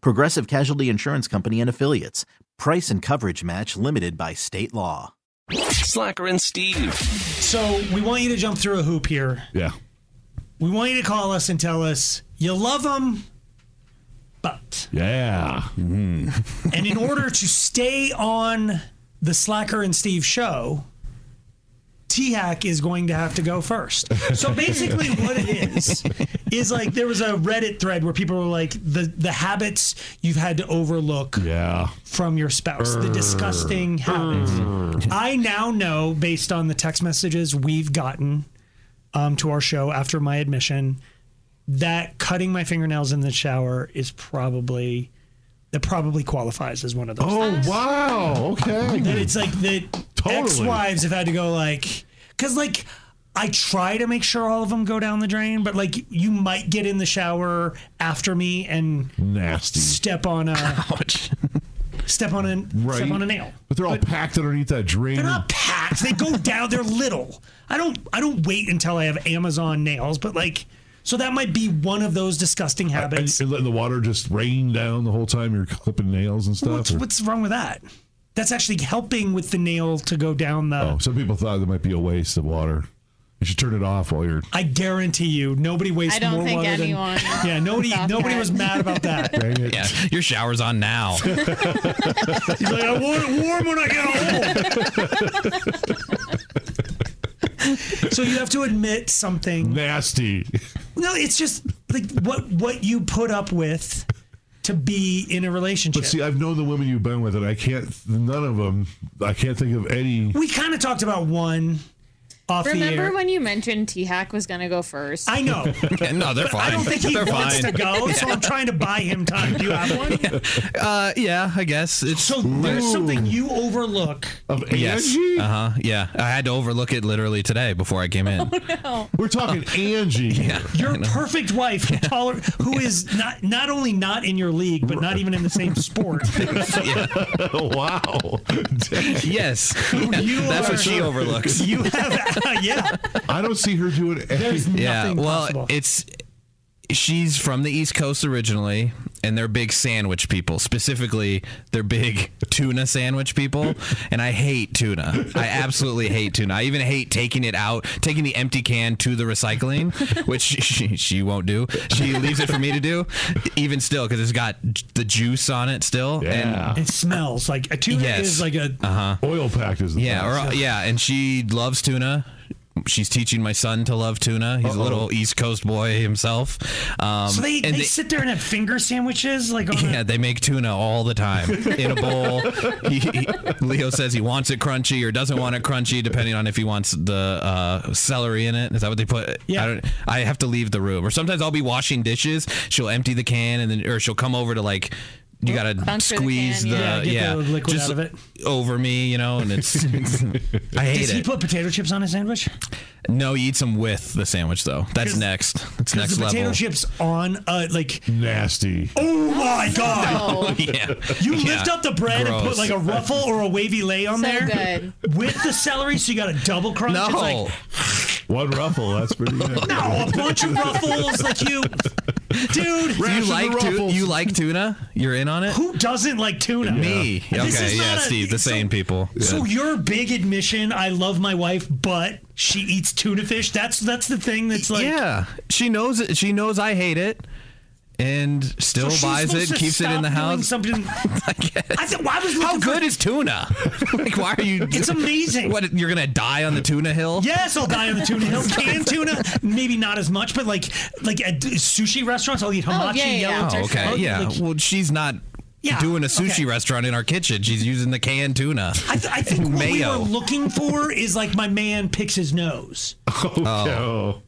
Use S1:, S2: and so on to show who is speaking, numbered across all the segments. S1: Progressive Casualty Insurance Company and Affiliates. Price and coverage match limited by state law.
S2: Slacker and Steve.
S3: So we want you to jump through a hoop here.
S4: Yeah.
S3: We want you to call us and tell us you love them, but.
S4: Yeah. Mm-hmm.
S3: And in order to stay on the Slacker and Steve show, T Hack is going to have to go first. So basically, what it is is like there was a Reddit thread where people were like the the habits you've had to overlook
S4: Yeah.
S3: from your spouse, the disgusting habits.
S4: Mm.
S3: I now know, based on the text messages we've gotten um, to our show after my admission, that cutting my fingernails in the shower is probably that probably qualifies as one of those.
S4: Oh wow.
S3: That
S4: Okay.
S3: it's like that
S4: Totally.
S3: ex-wives have had to go like, because like I try to make sure all of them go down the drain, but like you might get in the shower after me and
S4: Nasty.
S3: step on a
S2: Ouch.
S3: step on a
S4: Right.
S3: step on a nail.
S4: But they're all packed underneath that drain.
S3: They're not packed. They go down. They're little. I don't. I don't wait until I have Amazon nails, but like, so that might be one of those disgusting
S4: and
S3: habits.
S4: you're letting the water just rain down the whole time you're clipping nails and stuff.
S3: what's
S4: or-
S3: what's wrong with that? That's actually helping with the nail to go down the.
S4: oh, some people thought it might be a waste of water. You should turn it off while you're
S3: I guarantee you, nobody wastes
S5: I don't
S3: more
S5: think
S3: water
S5: anyone
S3: than. Yeah, nobody.
S5: thought
S3: Nobody
S5: that.
S3: was mad about that.
S4: dang it.
S2: Yeah, your shower's on now.
S3: He's like, I want it warm when I get home. so you have to admit something.
S4: Nasty.
S3: No, it's just like what what you put up with to be in a relationship.
S4: See, I've known the women you've been with, and I can't. None of them. I can't think of any.
S3: we kind of talked about one off the
S5: Remember
S3: air.
S5: when you mentioned T Hack was gonna go first?
S3: I know.
S2: Yeah, no, they're fine.
S3: I don't think he
S2: they're
S3: wants
S2: fine.
S3: to go, so I'm trying to buy him time. Do you have one?
S2: Uh, yeah, I guess it's
S3: So there's something you overlook.
S4: Of
S2: yes.
S4: Angie.
S2: Uh huh. Yeah, I had to overlook it literally today before I came
S5: Oh,
S2: in.
S4: We're talking Angie. Yeah.
S3: Your perfect wife, who toler- who is not not only not in your league, but not even in the same sport.
S4: wow.
S2: yes,
S3: You
S2: that's
S3: are-
S2: what she overlooks.
S3: You have, yeah.
S4: I don't see her doing
S3: There's
S4: anything.
S2: Yeah.
S3: nothing
S2: Well,
S3: possible.
S2: it's she's from the East Coast originally, and they're big sandwich people. Specifically, they're big tuna sandwich people, and I hate tuna. I absolutely hate tuna. I even hate taking it out, taking the empty can to the recycling, which she, she, she won't do. She leaves it for me to do, even still, because it's got j- the juice on it still. And
S4: Yeah.
S3: it smells like a tuna
S2: Yes. Uh-huh.
S3: is like a
S4: Oil packed is the
S2: yeah,
S4: best.
S2: or, yeah, and she loves tuna. She's teaching my son to love tuna. He's a little East Coast boy himself. Um,
S3: So they,
S2: and
S3: they,
S2: they-
S3: sit there and have finger sandwiches like on
S2: Yeah, they make tuna all the time in a bowl. He, he- Leo says he wants it crunchy or doesn't want it crunchy, depending on if he wants the uh, celery in it. Is that what they put?
S3: Yeah.
S2: I, don't, I have to leave the room, or sometimes I'll be washing dishes. She'll empty the can, and then or she'll come over to like. You gotta
S5: Bounce for the
S2: squeeze
S5: can,
S2: the,
S5: yeah.
S3: Yeah, get the liquid
S2: just
S3: out of it.
S2: over me, you know, and it's I hate
S3: Does
S2: it.
S3: he put potato chips on a sandwich?
S2: No, you eat some with the sandwich though. That's next. That's next
S3: the potato
S2: level.
S3: chips on uh like
S4: Nasty.
S3: oh my god.
S5: oh,
S2: Yeah.
S3: You
S2: Yeah.
S3: lift up the bread and put
S2: Gross.
S3: like a ruffle or a wavy lay on
S5: So
S3: there with the celery so you got a double crunch.
S2: No.
S3: It's like
S4: Oh. One ruffle. That's pretty good.
S3: no, oh, a bunch of ruffles like you Dude,
S2: you
S4: Rash of the
S2: like tu-
S4: ruffles.
S2: you like tuna? You're in on it?
S3: who doesn't like tuna?
S2: Me.
S3: This
S2: Okay,
S3: is
S2: yeah,
S3: not a-
S2: Steve, the
S3: so-
S2: same people.
S3: So your big admission, I love my wife, but she eats tuna fish. That's that's the thing that's like
S2: yeah. She knows it. She knows I hate it. and still
S3: she's
S2: buys
S3: supposed
S2: it,
S3: to
S2: keeps it in
S3: stop
S2: the
S3: doing
S2: house.
S3: Something.
S2: I guess.
S3: I think. Why was
S2: How
S3: looking for-
S2: good is tuna? like, why are you?
S3: It's amazing.
S2: What you're gonna die on the tuna hill?
S3: Yes, I'll die on the tuna hill. Canned tuna, maybe not as much, but like like at sushi restaurants, I'll eat hamachi.
S5: yeah, yeah,
S3: yellow
S5: yeah.
S2: Oh,
S3: turkey.
S2: okay.
S3: I'll eat,
S2: yeah.
S3: like-
S2: well, she's not
S3: Yeah,
S2: doing a sushi
S3: okay.
S2: restaurant in our kitchen. She's using the canned tuna.
S3: I, th- I think what we were
S2: Mayo.
S3: looking for is like my man picks his nose.
S4: Oh,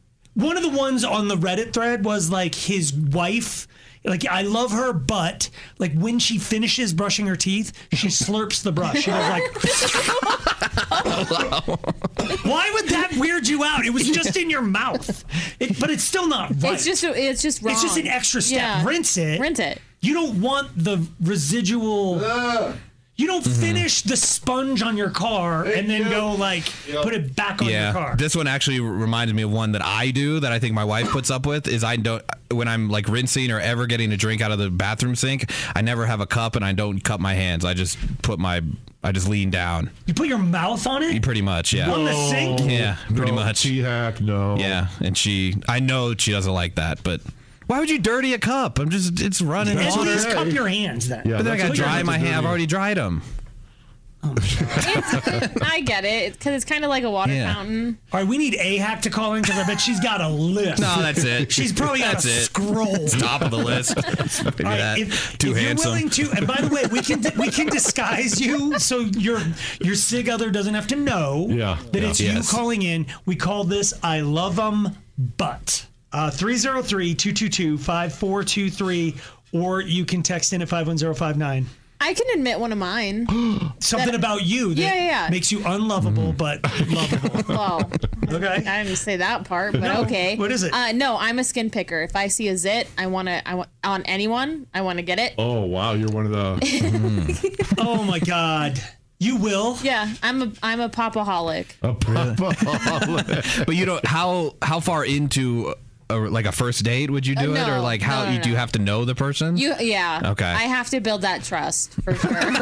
S3: One of the ones on the Reddit thread was like his wife. Like I love her, but like when she finishes brushing her teeth, she slurps the brush. And I was like, why would that weird you out? It was just in your mouth, it, but it's still not right.
S5: It's just it's just wrong.
S3: It's just an extra step.
S5: Yeah.
S3: Rinse it.
S5: Rinse it.
S3: You don't want the residual. You don't
S2: Mm-hmm.
S3: finish the sponge on your car and then go like put it back on your
S2: Yeah,
S3: car.
S2: this one actually reminded me of one that I do that I think my wife puts up with is I don't when I'm like rinsing or ever getting a drink out of the bathroom sink, I never have a cup and I don't cup my hands. I just put my I just lean down.
S3: you put your mouth on it
S2: Pretty much, yeah.
S3: on the sink.
S2: Yeah, pretty
S4: no,
S2: much.
S4: T-hack, no.
S2: Yeah, and she I know she doesn't like that, but why would you dirty a cup? I'm just it's running
S3: At
S2: water.
S3: least cup your hands then.
S4: Yeah,
S2: But then I
S4: that's
S2: got to
S4: what
S2: dry
S4: you
S2: my
S4: have to
S2: hand. I've
S4: do.
S2: already dried them.
S3: Oh,
S5: It's, I get it because it's kind of like a water
S2: Yeah.
S5: fountain.
S3: All right, we need a hack to call in because I bet she's got a list.
S2: No, that's it.
S3: She's probably got
S2: That's
S3: a
S2: it.
S3: scroll.
S2: top of the list. Maybe
S3: All
S2: that.
S3: right, if,
S2: Too
S3: if
S2: handsome.
S3: you're willing to, and by the way, we can we can disguise you so your your sig other doesn't have to know
S4: Yeah,
S3: that
S4: yeah.
S3: it's
S2: Yes.
S3: you calling in. We call this "I love them, but" uh, 303-222-5423, or you can text in at five one zero five nine.
S5: I can admit one of mine.
S3: Something about you that
S5: Yeah, yeah, yeah.
S3: makes you unlovable but lovable.
S5: Well,
S3: Okay.
S5: I didn't say that part, but
S3: No,
S5: okay.
S3: what is it?
S5: Uh, no, I'm a skin picker. If I see a zit, I want to. I want on anyone. I want to get it.
S4: Oh wow, you're one of the. Hmm.
S3: oh my god, you will.
S5: Yeah, I'm a I'm a popaholic.
S4: a pop-
S2: But you don't. How how far into a, like a first date would you do
S5: Uh,
S2: it, or
S5: no,
S2: like how
S5: no, no,
S2: you do you
S5: no.
S2: have to know the person?
S5: You yeah.
S2: Okay.
S5: I have to build that trust for sure.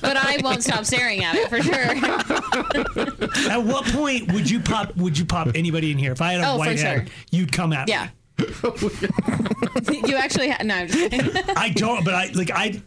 S5: but I won't stop staring at it for sure.
S3: At what point would you pop? Would you pop anybody in here? If I had a
S5: Oh, for
S3: white
S5: sure.
S3: head, you'd come at
S5: Yeah.
S3: me.
S4: Oh,
S5: you actually ha- no. I'm just kidding.
S3: I don't, but I like I.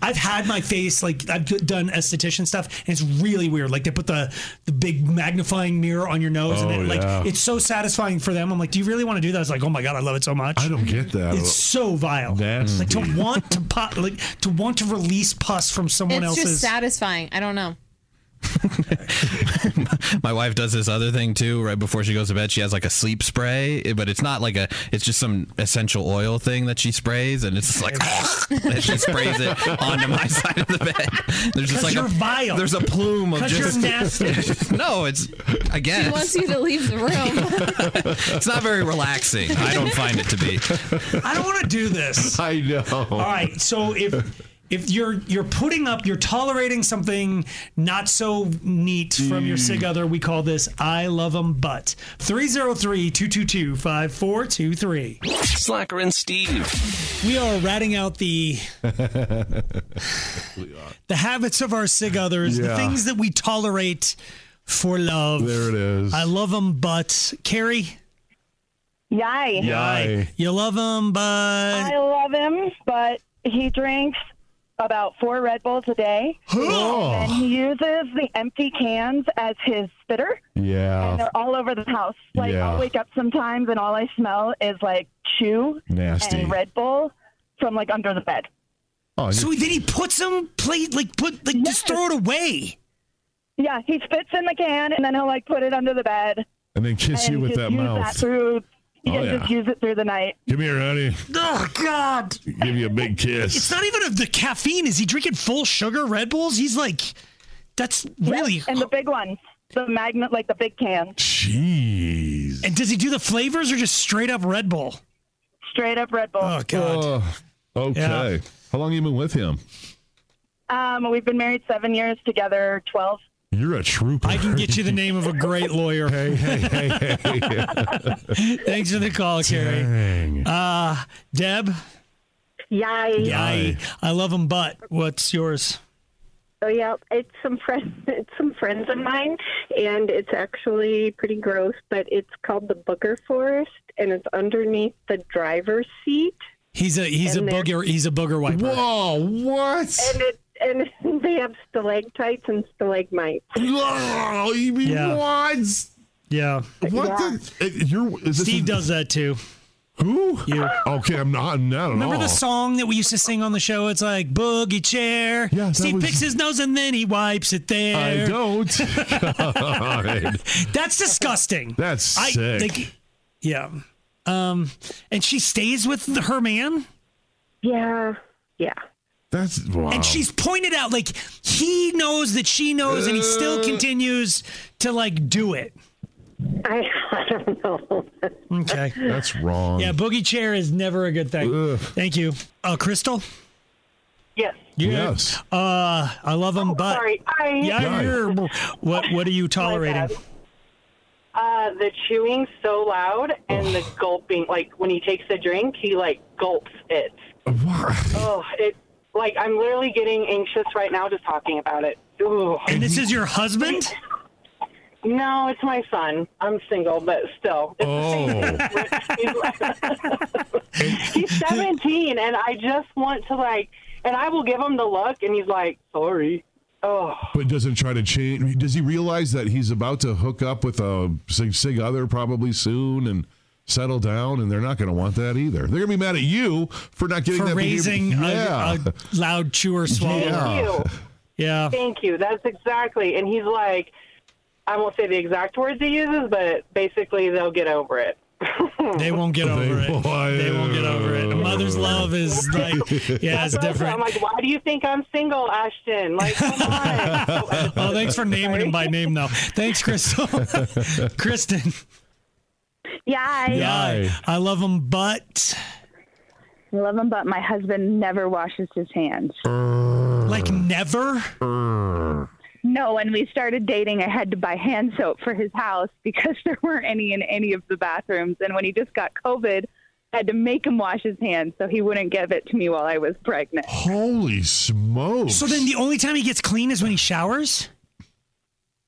S3: I've had my face like I've d- done esthetician stuff, and it's really weird. Like they put the the big magnifying mirror on your nose,
S4: Oh,
S3: and it, like
S4: yeah.
S3: it's so satisfying for them. I'm like, do you really want to do that? It's like, oh my god, I love it so much.
S4: I don't get that.
S3: It's so vile.
S4: That's
S3: like to want to pop, like to want to release pus from someone
S5: It's
S3: else's.
S5: just satisfying. I don't know.
S2: My wife does this other thing too. Right before she goes to bed, she has like a sleep spray, eh, but it's not like a. It's just some essential oil thing that she sprays, and it's just like and she sprays it onto my side of the bed. There's just
S3: 'Cause
S2: like
S3: you're
S2: a
S3: vile.
S2: There's a plume of
S3: 'Cause you're
S2: just
S3: nasty.
S2: no, it's I
S5: He
S2: guess
S5: wants you to leave the room.
S2: it's not very relaxing. I don't find it to be.
S3: I don't want to do this. Um,
S4: I know.
S3: All right. So if if you're you're putting up, you're tolerating something not so neat from
S4: Mm.
S3: your sig other, we call this I love 'em but 303-222-5423.
S6: Slacker and Steve.
S3: We are ratting out the the habits of our sig others, the
S4: Yeah.
S3: things that we tolerate for love.
S4: There it is.
S3: I love 'em but Carrie,
S7: Yay.
S4: Yay.
S3: you love 'em but
S7: I love him, but he drinks about four Red Bulls a day. And
S4: Oh,
S7: he uses the empty cans as his spitter. And
S4: yeah.
S7: they're all over the house. Like,
S4: Yeah.
S7: I'll wake up sometimes and all I smell is like chew
S4: Nasty.
S7: and Red Bull from like under the bed.
S4: Oh,
S3: so then he puts them, play like put like just throw it away.
S7: Yeah, he spits in the can and then he'll like put it under the bed.
S4: and then kiss you
S7: and
S4: with
S7: just
S4: that
S7: use
S4: mouth. Oh,
S7: That through, yeah,
S4: yeah.
S7: just use it through the night.
S4: Come here, honey.
S3: Oh God!
S4: Give you a big kiss.
S3: It's not even of the caffeine. Is he drinking full sugar Red Bulls? He's like, that's really.
S7: And the big ones, the magnet, like the big can,
S4: Jeez.
S3: and does he do the flavors or just straight up Red Bull?
S7: straight up Red Bull.
S3: Oh God!
S4: Oh, okay.
S3: Yeah.
S4: How long you been with him?
S7: Um, we've been married seven years together, 12.
S4: You're a trooper.
S3: I can get you the name of a great lawyer.
S4: hey, hey, hey, hey.
S3: Thanks for the call, Carrie.
S4: Dang.
S3: Uh, Deb,
S7: Yay.
S3: I I love him, but what's yours?
S8: Oh yeah, it's some friends. It's some friends of mine, and it's actually pretty gross. But it's called the Booger Forest, and it's underneath the driver's seat.
S3: He's a he's
S8: And
S3: a
S8: they're-
S3: booger he's a booger wiper.
S4: Whoa, what?
S8: And it and they have stalactites and stalagmites.
S4: Oh, you mean
S3: Yeah.
S4: what?
S3: Yeah.
S4: What the? eh, You're, is this
S3: Steve
S4: a-
S3: does that too.
S4: Who?
S3: You.
S4: Okay, I'm not, not at
S3: Remember
S4: all.
S3: the song that we used to sing on the show? It's like boogie chair.
S4: Yeah, that
S3: Steve
S4: was-
S3: picks his nose and then he wipes it there.
S4: I don't. God.
S3: That's disgusting.
S4: That's
S3: I
S4: sick.
S3: think, yeah. Um, and she stays with the- her man,
S8: Yeah, yeah.
S4: That's wow.
S3: and she's pointed out like he knows that she knows, and he still
S4: Uh.
S3: continues to like do it.
S8: I, I don't know.
S3: Okay.
S4: That's wrong.
S3: Yeah, boogie chair is never a good thing.
S4: Um, Ugh.
S3: Thank you, uh, Crystal.
S8: yes. Oh,
S4: Yes.
S3: Uh, I love him, but
S8: Sorry. I
S3: yeah,
S4: Yeah.
S3: you're, what what are you tolerating?
S8: bad. Uh, the chewing so loud and the gulping, like when he takes a drink, he like gulps it.
S4: Why?
S8: Oh, it like I'm literally getting anxious right now just talking about it. Ooh.
S3: And this is your husband?
S8: No, it's my son. I'm single, but still. It's
S4: Oh.
S8: he's 17, and I just want to like, and I will give him the look, and he's like, sorry. Oh,
S4: But doesn't try to change. Does he realize that he's about to hook up with a sig, sig other probably soon and settle down? And they're not going to want that either. They're going to be mad at you for not getting
S3: For
S4: that behavior-
S3: raising a-
S4: Yeah.
S3: a, loud chewer swallower.
S4: Yeah.
S8: you.
S3: Yeah.
S8: Thank you. That's exactly. And he's like, I won't say the exact words he uses, but basically they'll get over it.
S3: They won't get over it.
S4: won't.
S3: They won't get over it. A mother's love is like, yeah, it's
S8: So I'm
S3: different.
S8: like, why do you think I'm single, Ashton? Like, come on.
S3: Oh, thanks for naming him by name, though. Thanks, Crystal. Kristen.
S9: Yeah, I
S3: Yeah. I love him, but
S9: love him, but my husband never washes his hands.
S3: like never.
S9: No, when we started dating, I had to buy hand soap for his house because there weren't any in any of the bathrooms. And when he just got COVID, I had to make him wash his hands so he wouldn't give it to me while I was pregnant.
S4: Holy smokes.
S3: So then the only time he gets clean is when he showers?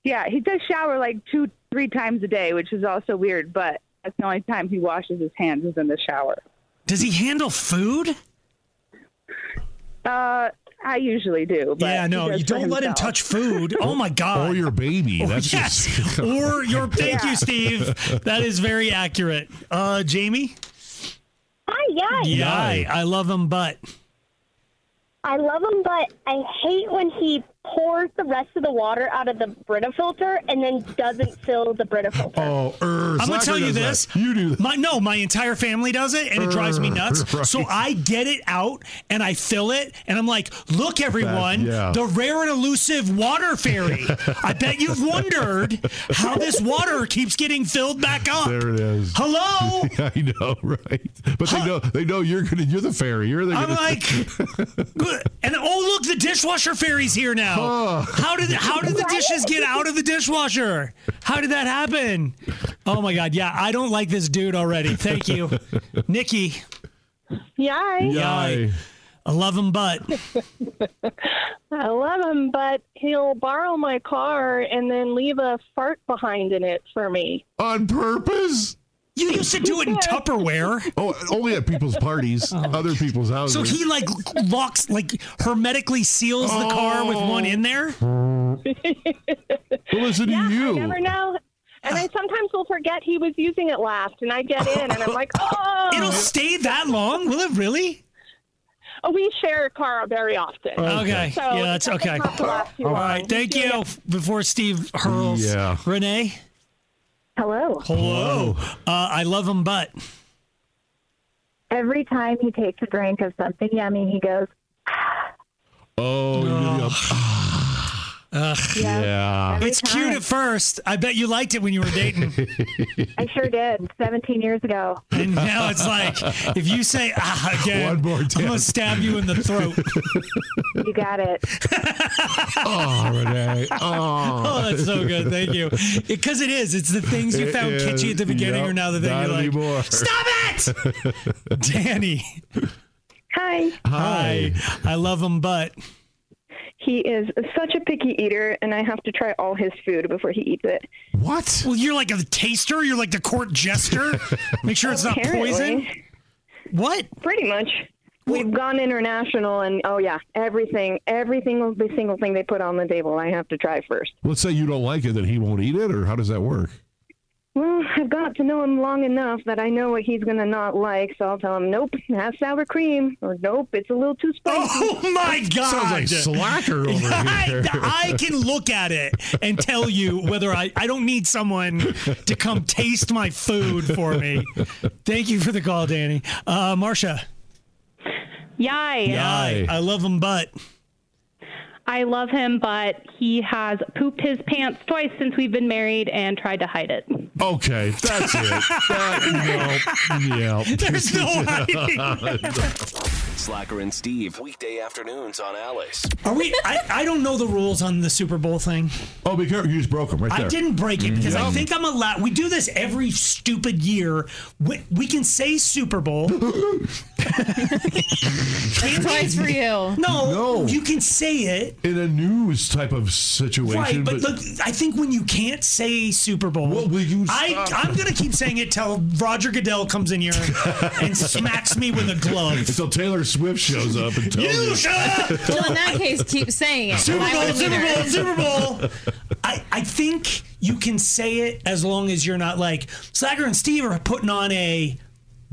S9: Yeah, he does shower like two, three times a day, which is also weird, but that's the only time he washes his hands is in the shower.
S3: Does he handle food?
S9: Uh, I usually do. But
S3: yeah,
S9: he
S3: no,
S9: does
S3: you
S9: for
S3: don't let him
S9: himself.
S3: touch food. Oh, my God. Oh,
S4: or your baby. That's
S3: yes.
S4: just.
S3: or your thank
S9: Yeah.
S3: you, Steve. That is very accurate. Uh, Jamie.
S10: Hi, yeah.
S3: Yeah, I, I love him, but
S10: I love him, but I hate when he pours the rest of the water out of the Brita filter and then doesn't fill the Brita filter.
S4: Oh, er,
S3: I'm gonna
S4: Slacker
S3: tell you
S4: does that.
S3: this.
S4: You do that.
S3: My no, my entire family does it, and it drives me nuts.
S4: Right.
S3: So I get it out and I fill it, and I'm like, "Look, everyone,
S4: yeah.
S3: the rare and elusive water fairy. I bet you've wondered how this water keeps getting filled back up.
S4: There it is.
S3: Ah, Hello."
S4: I know, right? But they know they know you're gonna you're the fairy. You're the
S3: I'm like, and oh look, the dishwasher fairy's here now. How did how did the dishes get out of the dishwasher? How did that happen? Oh my god, yeah, I don't like this dude already. Thank you, Nikki.
S10: yeah.
S3: Yay. I love him, but
S10: I love him, but he'll borrow my car and then leave a fart behind in it for me.
S4: on purpose.
S3: you used to do it in Tupperware. Oh.
S4: Oh, only at people's parties, other people's houses.
S3: So he like locks, like hermetically seals the car with one in there.
S4: Well, listen to
S10: I
S4: you.
S10: never know. And
S3: Ah.
S10: I sometimes will forget he was using it last, and I get in and I'm like, oh.
S3: It'll stay that long? Will it really?
S10: Oh, we share a car very often.
S3: Okay,
S10: So
S3: yeah, that's
S10: it
S3: okay.
S10: doesn't have to last too
S3: All
S10: long.
S3: right, thank you. Before Steve hurls,
S4: Yeah.
S3: Renee.
S8: Hello.
S3: Hello. Uh, I love him, but
S9: Every time he takes a drink of something yummy, he goes,
S4: Oh, yeah. yeah.
S3: it's cute at first. I bet you liked it when you were dating,
S9: I sure did 17 years ago.
S3: and now it's like if you say ah again,
S4: One more
S3: I'm gonna
S4: time.
S3: stab you in the throat.
S9: You got it.
S4: Oh, Renee. Oh.
S3: Oh, that's so good. Thank you. Because it is. It's the things you
S4: It
S3: found catchy at the
S4: is.
S3: beginning
S4: Yep,
S3: are now the thing
S4: not
S3: you're like,
S4: anymore.
S3: stop it, Danny.
S9: Hi.
S3: Hi. I love him, but
S8: He is such a picky eater, and I have to try all his food before he eats it.
S4: What?
S3: Well, you're like a taster. You're like the court jester. Make sure it's not poison. What?
S8: Pretty much. We've gone international, and oh yeah, everything, everything, every single thing they put on the table, I have to try first.
S4: Let's say you don't like it, that he won't eat it, or how does that work?
S8: Well, I've got to know him long enough that I know what he's going to not like, so I'll tell him, nope, have sour cream, or nope, it's a little too spicy.
S3: Oh my god!
S4: Sounds like slacker over here.
S3: I, I can look at it and tell you whether I. I don't need someone to come taste my food for me. Thank you for the call, Danny. Uh, Marsha.
S11: Yai.
S3: Yai. I love him, but
S11: I love him, but he has pooped his pants twice since we've been married and tried to hide it.
S4: Okay, that's it. That- no, yeah.
S3: There's no
S6: Slacker and Steve, weekday afternoons on Alice.
S3: are we? I, I don't know the rules on the Super Bowl thing.
S4: Oh, be careful! You just broke him right there. Mm-hmm.
S3: I didn't break it because I
S4: Yep.
S3: think I'm allowed. We do this every stupid year. We, we can say Super Bowl.
S5: Twice for you.
S3: No, you can say it.
S4: In a news type of situation,
S3: Right, but, look, I think when you can't say Super Bowl, I,
S4: stop?
S3: I'm going to keep saying it till Roger Goodell comes in here and smacks me with a glove.
S4: until Taylor Swift shows up and tells
S3: You shut up!
S5: Well, in that case, keep saying it.
S3: Super
S5: I
S3: Bowl,
S5: would
S3: Super
S5: either.
S3: Bowl, Super Bowl. I, I think you can say it as long as you're not like Slacker and Steve are putting on a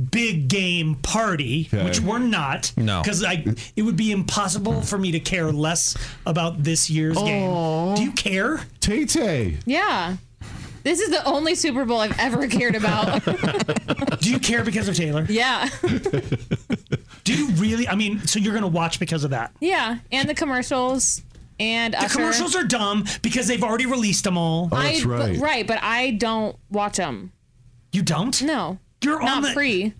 S3: big game party,
S2: Okay.
S3: which we're not.
S2: No.
S3: because I it would be impossible for me to care less about this year's game. Do you care?
S4: Tay Tay.
S5: Yeah. This is the only Super Bowl I've ever cared about.
S3: Do you care because of Taylor?
S5: yeah.
S3: Do you really? I mean, so you're gonna watch because of that?
S5: Yeah. And the commercials. And
S3: The commercials are Oh, dumb because they've already released them all.
S4: Oh,
S5: I, but- right, but I don't watch them.
S3: You don't?
S5: No.
S3: You're
S5: not
S3: on the-
S5: free.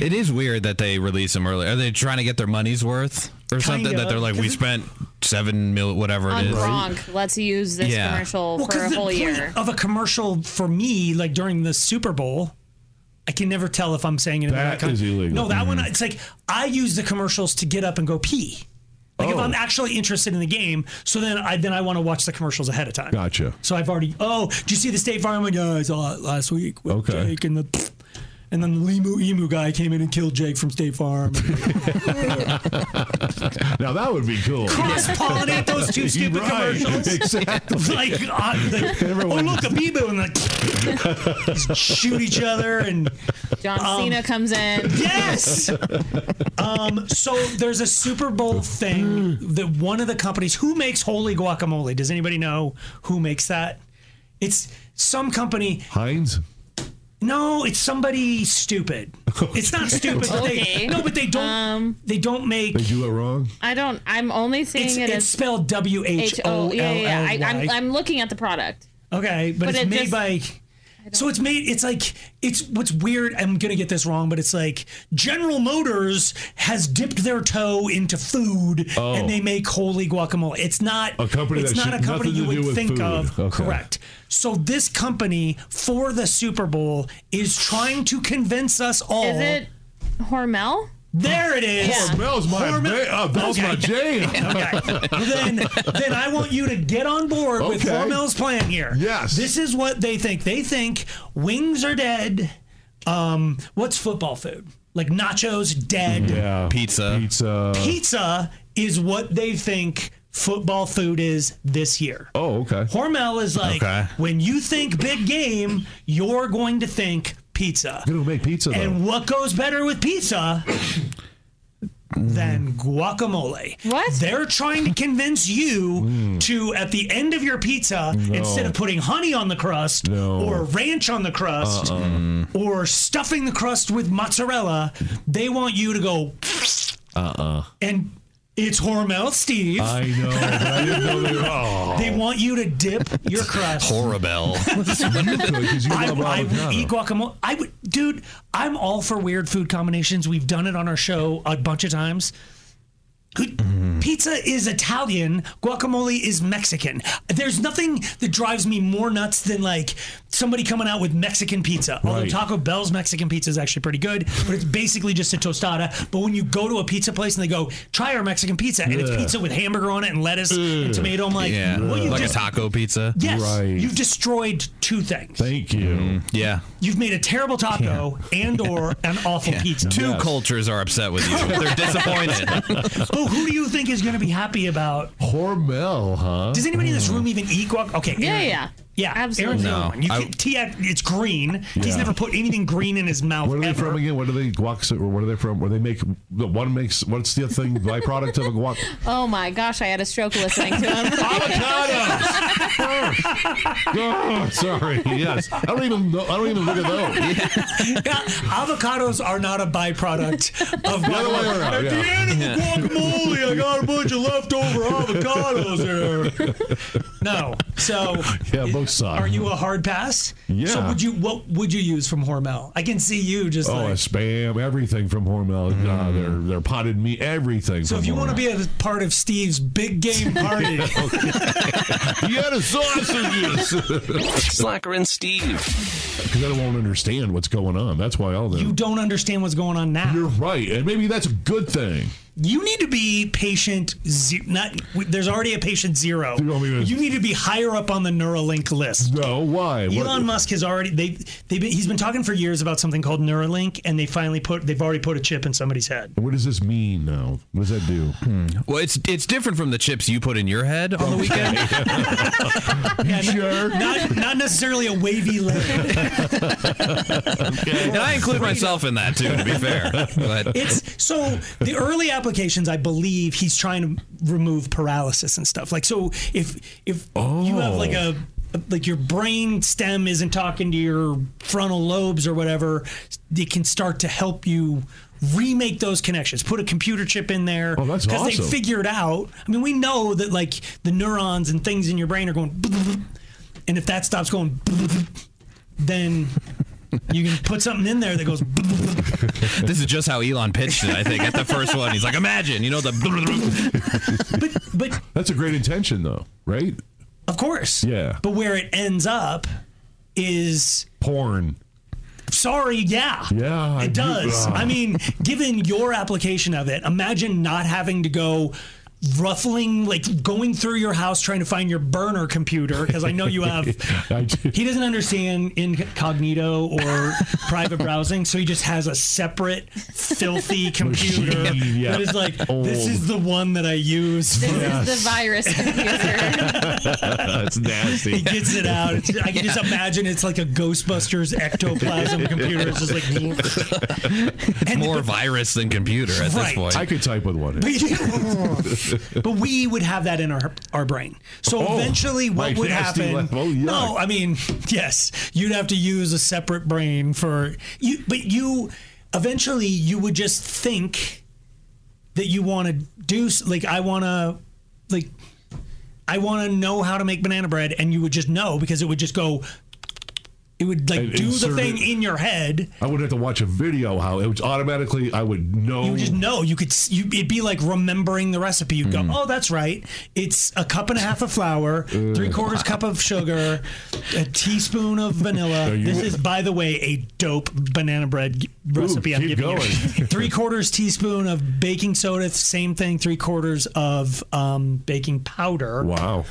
S2: It is weird that they release them early. Are they trying to get their money's worth or something? That
S5: Kinda.
S2: they're like, we spent seven mil, whatever
S5: on
S2: it is.
S5: Gronk. Let's use this
S2: Yeah.
S5: commercial
S3: Well,
S5: for
S3: 'cause
S5: a
S3: the
S5: whole
S3: point
S5: year.
S3: of a commercial for me, like during the Super Bowl, I can never tell if I'm saying it. in the right
S4: That is illegal. Mm-hmm.
S3: No, that one. It's like I use the commercials to get up and go pee. Like if
S4: Oh.
S3: I'm actually interested in the game, so then I then I want to watch the commercials ahead of time.
S4: Gotcha.
S3: So I've already. Oh, did you see the State Farm one? Yeah, I saw it last week. With
S4: Okay.
S3: Jake and the. And then the Limu Emu guy came in and killed Jake from State Farm.
S4: Now that would be cool.
S3: Cross pollinate those two stupid
S4: Right,
S3: commercials.
S4: Exactly.
S3: like, uh, like oh look, a Bebo, and like shoot each other and
S5: John
S3: um,
S5: Cena comes in.
S3: Yes. Um, so there's a Super Bowl thing that one of the companies who makes holy guacamole. Does anybody know who makes that? It's some company.
S4: Heinz.
S3: No, it's somebody stupid. It's not stupid. but they-
S5: Okay.
S3: no, but they don't. they don't make.
S4: They do it wrong.
S5: I don't. I'm only seeing
S3: It's,
S5: it
S3: it's
S5: as
S3: spelled W H
S5: H
S3: O
S5: O.
S3: L
S5: Yeah, yeah.
S3: L
S5: yeah. I, I'm,
S3: Y.
S5: I'm looking at the product.
S3: Okay, but,
S5: But
S3: it's
S5: it
S3: made
S5: just-
S3: by. So it's made. It's like it's what's weird. I'm gonna get this wrong, but it's like General Motors has dipped their toe into food,
S4: Oh.
S3: and they make holy guacamole. It's not
S4: A company
S3: It's
S4: that
S3: not a
S4: should-
S3: company
S4: nothing to
S3: you
S4: do
S3: would
S4: with
S3: think
S4: food.
S3: of.
S4: Okay.
S3: Correct. So this company for the Super Bowl is trying to convince us all.
S5: Is it Hormel?
S3: There it is.
S5: Yeah.
S4: Hormel's my
S3: Hormel-
S4: ba- uh, that's my jam.
S3: Okay. then, then I want you to get on board with
S4: Okay.
S3: Hormel's plan here.
S4: Yes.
S3: This is what they think. They think wings are dead. Um, what's football food? Like nachos, dead.
S4: Yeah.
S2: Pizza.
S4: Pizza.
S3: Pizza is what they think football food is this year.
S4: Oh, okay.
S3: Hormel is like,
S2: Okay.
S3: when you think big game, you're going to think pizza.
S4: Gonna make pizza though.
S3: And what goes better with pizza than guacamole?
S5: What?
S3: They're trying to convince you
S4: Mm.
S3: to, at the end of your pizza, instead of putting honey on the crust
S4: No. Uh-uh.
S3: or ranch on the crust Mm. or stuffing the crust with mozzarella, they want you to go.
S4: Uh-uh.
S3: Uh uh And it's Hormel Steve.
S4: I know. But I didn't know they were. Oh,
S3: they want you to dip your crust.
S2: Horrible.
S4: you could 'cause you
S3: I,
S4: love
S3: I would
S4: avocado.
S3: eat guacamole. I would, dude. I'm all for weird food combinations. We've done it on our show a bunch of times.
S2: Mm-hmm.
S3: Pizza is Italian, guacamole is Mexican. There's nothing that drives me more nuts than like somebody coming out with Mexican pizza. Although
S12: Right.
S3: Taco Bell's Mexican pizza is actually pretty good, but it's basically just a tostada. But when you go to a pizza place and they go, try our Mexican pizza, and it's
S2: Ugh.
S3: pizza with hamburger on it and lettuce and tomato, I'm like,
S2: yeah,
S3: well, you
S2: like
S3: just,
S2: a taco pizza.
S3: Yes, you've destroyed two things.
S4: Thank you.
S2: Mm-hmm. Yeah.
S3: You've made a terrible taco and or an awful pizza.
S2: Two cultures are upset with you. They're disappointed.
S3: but Oh, who do you think is going to be happy about?
S4: Hormel, huh?
S3: Does anybody in this room even eat guac? Okay.
S5: Yeah, yeah.
S3: Yeah, Aaron's
S4: Absolutely.
S3: the
S4: No,
S3: only one. You
S4: I-
S3: can, T, it's green.
S4: Yeah.
S3: He's never put anything green in his mouth.
S4: What are they
S3: ever.
S4: from again? What are they guac? Or what are they from? Where they make the one makes what's the thing byproduct of a guac?
S5: Oh my gosh, I had a stroke listening to him.
S4: Oh, sorry. Yes, I don't even know. I don't even look at those.
S3: Avocados are not a byproduct of
S4: The other way around,
S3: At the
S4: yeah.
S3: end of the
S4: Yeah.
S3: guacamole, I got a bunch of leftover avocados there. No, so
S4: yeah, both sides.
S3: Are you a hard pass?
S4: Yeah.
S3: So would you? What would you use from Hormel? I can see you just
S4: Oh,
S3: like. Mm.
S4: spam, everything from Hormel. Uh, their their potted meat, everything.
S3: So if you want to be a part of Steve's big game party,
S4: he had a sausages.
S6: Slacker and Steve.
S4: because I don't understand what's going on. That's why all
S3: you
S4: the
S3: don't understand what's going on now. You're
S4: right, and maybe that's a good thing.
S3: You need to be patient. Ze- not w- there's already a patient zero. You, need to be higher up on the Neuralink list.
S4: No, why?
S3: Elon
S4: What-
S3: Musk has already they they been, he's been talking for years about something called Neuralink, and they finally put they've already put a chip in somebody's head.
S4: What does this mean now? What does that do?
S2: Hmm. Well, it's it's different from the chips you put in your head on the weekend.
S4: sure?
S3: Not not necessarily a wavy leg.
S2: And I include myself in that too, to be fair. But
S3: It's so the early applications, I believe, he's trying to remove paralysis and stuff. Like so, if if you have like a like your brain stem isn't talking to your frontal lobes or whatever, it can start to help you remake those connections. Put a computer chip in there
S4: Oh, that's
S3: they
S4: awesome.
S3: figured out. I mean, we know that like the neurons and things in your brain are going, and if that stops going, then you can put something in there that goes.
S2: this is just how Elon pitched it, I think, at the first one. He's like, imagine, you know, the
S4: That's a great intention, though, right?
S3: Of course.
S4: Yeah.
S3: But where it ends up is
S4: porn.
S3: Sorry, yeah.
S4: Yeah, I
S3: It
S4: do-
S3: does.
S4: Ugh.
S3: I mean, given your application of it, imagine not having to go ruffling like going through your house trying to find your burner computer because I know you have
S4: I do.
S3: he doesn't understand incognito or private browsing so he just has a separate filthy computer
S4: Machine, yeah.
S3: that is like this
S4: Old.
S3: is the one that I use
S5: This
S3: for
S5: is the virus computer.
S4: That's nasty.
S3: He gets it out. It's- I can just imagine it's like a Ghostbusters ectoplasm computer. It's just like,
S2: it's more virus than computer at this
S3: Right.
S2: point.
S3: I
S4: could type with one.
S3: but, but we would have that in our our brain. So
S4: Oh,
S3: eventually, what
S4: my
S3: would
S4: nasty
S3: happen?
S4: left- oh, yuck.
S3: no, I mean, yes, you'd have to use a separate brain for you. But you, eventually, you would just think that you want to do s- like I want to like. I want to know how to make banana bread, and you would just know because it would just go. It would like
S4: And
S3: do the
S4: insert
S3: thing
S4: it.
S3: in your head.
S4: I would have to watch a video how it would automatically. I would know.
S3: You would just know. You could. s- You, it'd be like remembering the recipe. You'd
S4: Mm.
S3: go, "Oh, that's right. It's a cup and a half of flour, three quarters cup of sugar, a teaspoon of vanilla.
S4: Are you-
S3: this is, by the way, a dope banana bread g- recipe. I'm
S4: keep
S3: giving you. three quarters teaspoon of baking soda. Same thing. Three quarters of um, baking powder.
S4: Wow. Mm.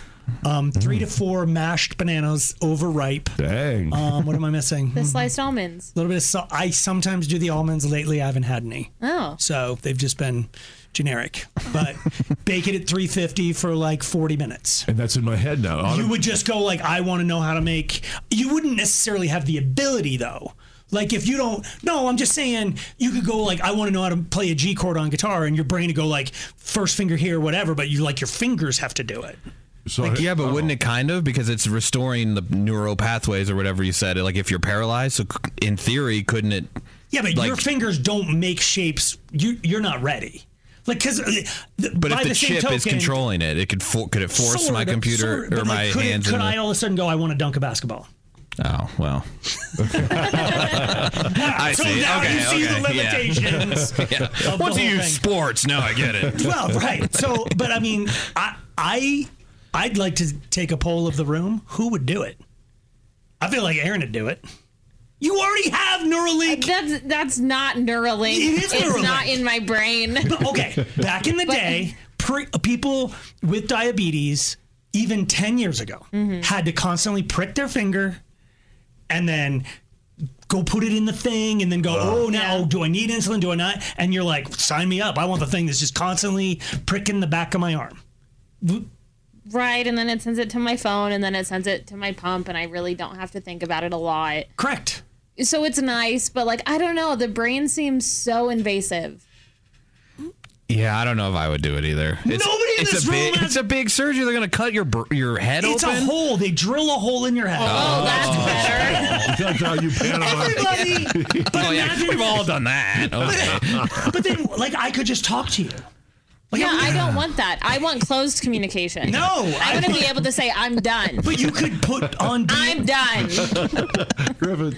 S3: Um, three to four mashed bananas, overripe.
S4: Dang.
S3: Um, what am I missing?
S5: the sliced almonds.
S3: A little bit of salt. I sometimes do the almonds. Lately, I haven't had any.
S5: Oh.
S3: So they've just been generic. But bake it at 350 for like 40 minutes.
S4: And that's in my head now.
S3: You would just go like, I want to know how to make. You wouldn't necessarily have the ability though. Like if you don't, no, I'm just saying you could go like, I want to know how to play a G chord on guitar, and your brain would go like, first finger here, whatever. But you like your fingers have to do it.
S2: Like, yeah, but wouldn't it kind of because it's restoring the neural pathways or whatever you said? Like if you're paralyzed, so c- in theory, couldn't it?
S3: Yeah, but your
S2: like,
S3: fingers don't make shapes. You you're not ready. Like uh, because,
S2: but if the, chip is controlling it, it could for, could it force my computer or my hands?
S3: Could
S2: in the-
S3: I all of a sudden go? I want to dunk a basketball.
S2: Oh well. I
S3: So
S2: see.
S3: now
S2: okay,
S3: you see the
S2: okay, yeah.
S3: limitations
S2: yeah.
S3: of
S2: Once
S3: the
S2: you
S3: whole
S2: use
S3: thing.
S2: sports, now I get it.
S3: well, right. So, but I mean, I, I, I'd like to take a poll of the room. Who would do it? I feel like Aaron would do it. You already have Neuralink.
S5: That's that's not Neuralink.
S3: It is
S5: it's
S3: Neuralink.
S5: not in my brain.
S3: But, okay, back in the day, pre- people with diabetes, even 10 years ago, had to constantly prick their finger and then go put it in the thing and then go, oh, now do I need insulin? Do I not? And you're like, sign me up. I want the thing that's just constantly pricking the back of my arm.
S5: Right, and then it sends it to my phone, and then it sends it to my pump, and I really don't have to think about it a lot.
S3: Correct.
S5: So it's nice, but like I don't know, the brain seems so invasive.
S2: Yeah, I don't know if I would do it either. It's,
S3: Nobody in
S2: it's
S3: this
S2: a big,
S3: room has-
S2: It's a big surgery. They're gonna cut your br- your head
S3: it's
S2: open.
S3: a hole. They drill a hole in your head.
S2: Oh, that's
S4: better. That's how you
S3: Everybody. But
S2: oh, yeah,
S3: imagine-
S2: we've all done that. Okay.
S3: but then, like, I could just talk to you. Like,
S5: yeah,
S3: I'm-
S5: I don't want that. I want closed communication.
S3: No,
S5: I
S3: I
S5: want to
S3: want-
S5: be able to say I'm done.
S3: But you could put on.
S5: I'm done.
S4: Griffin.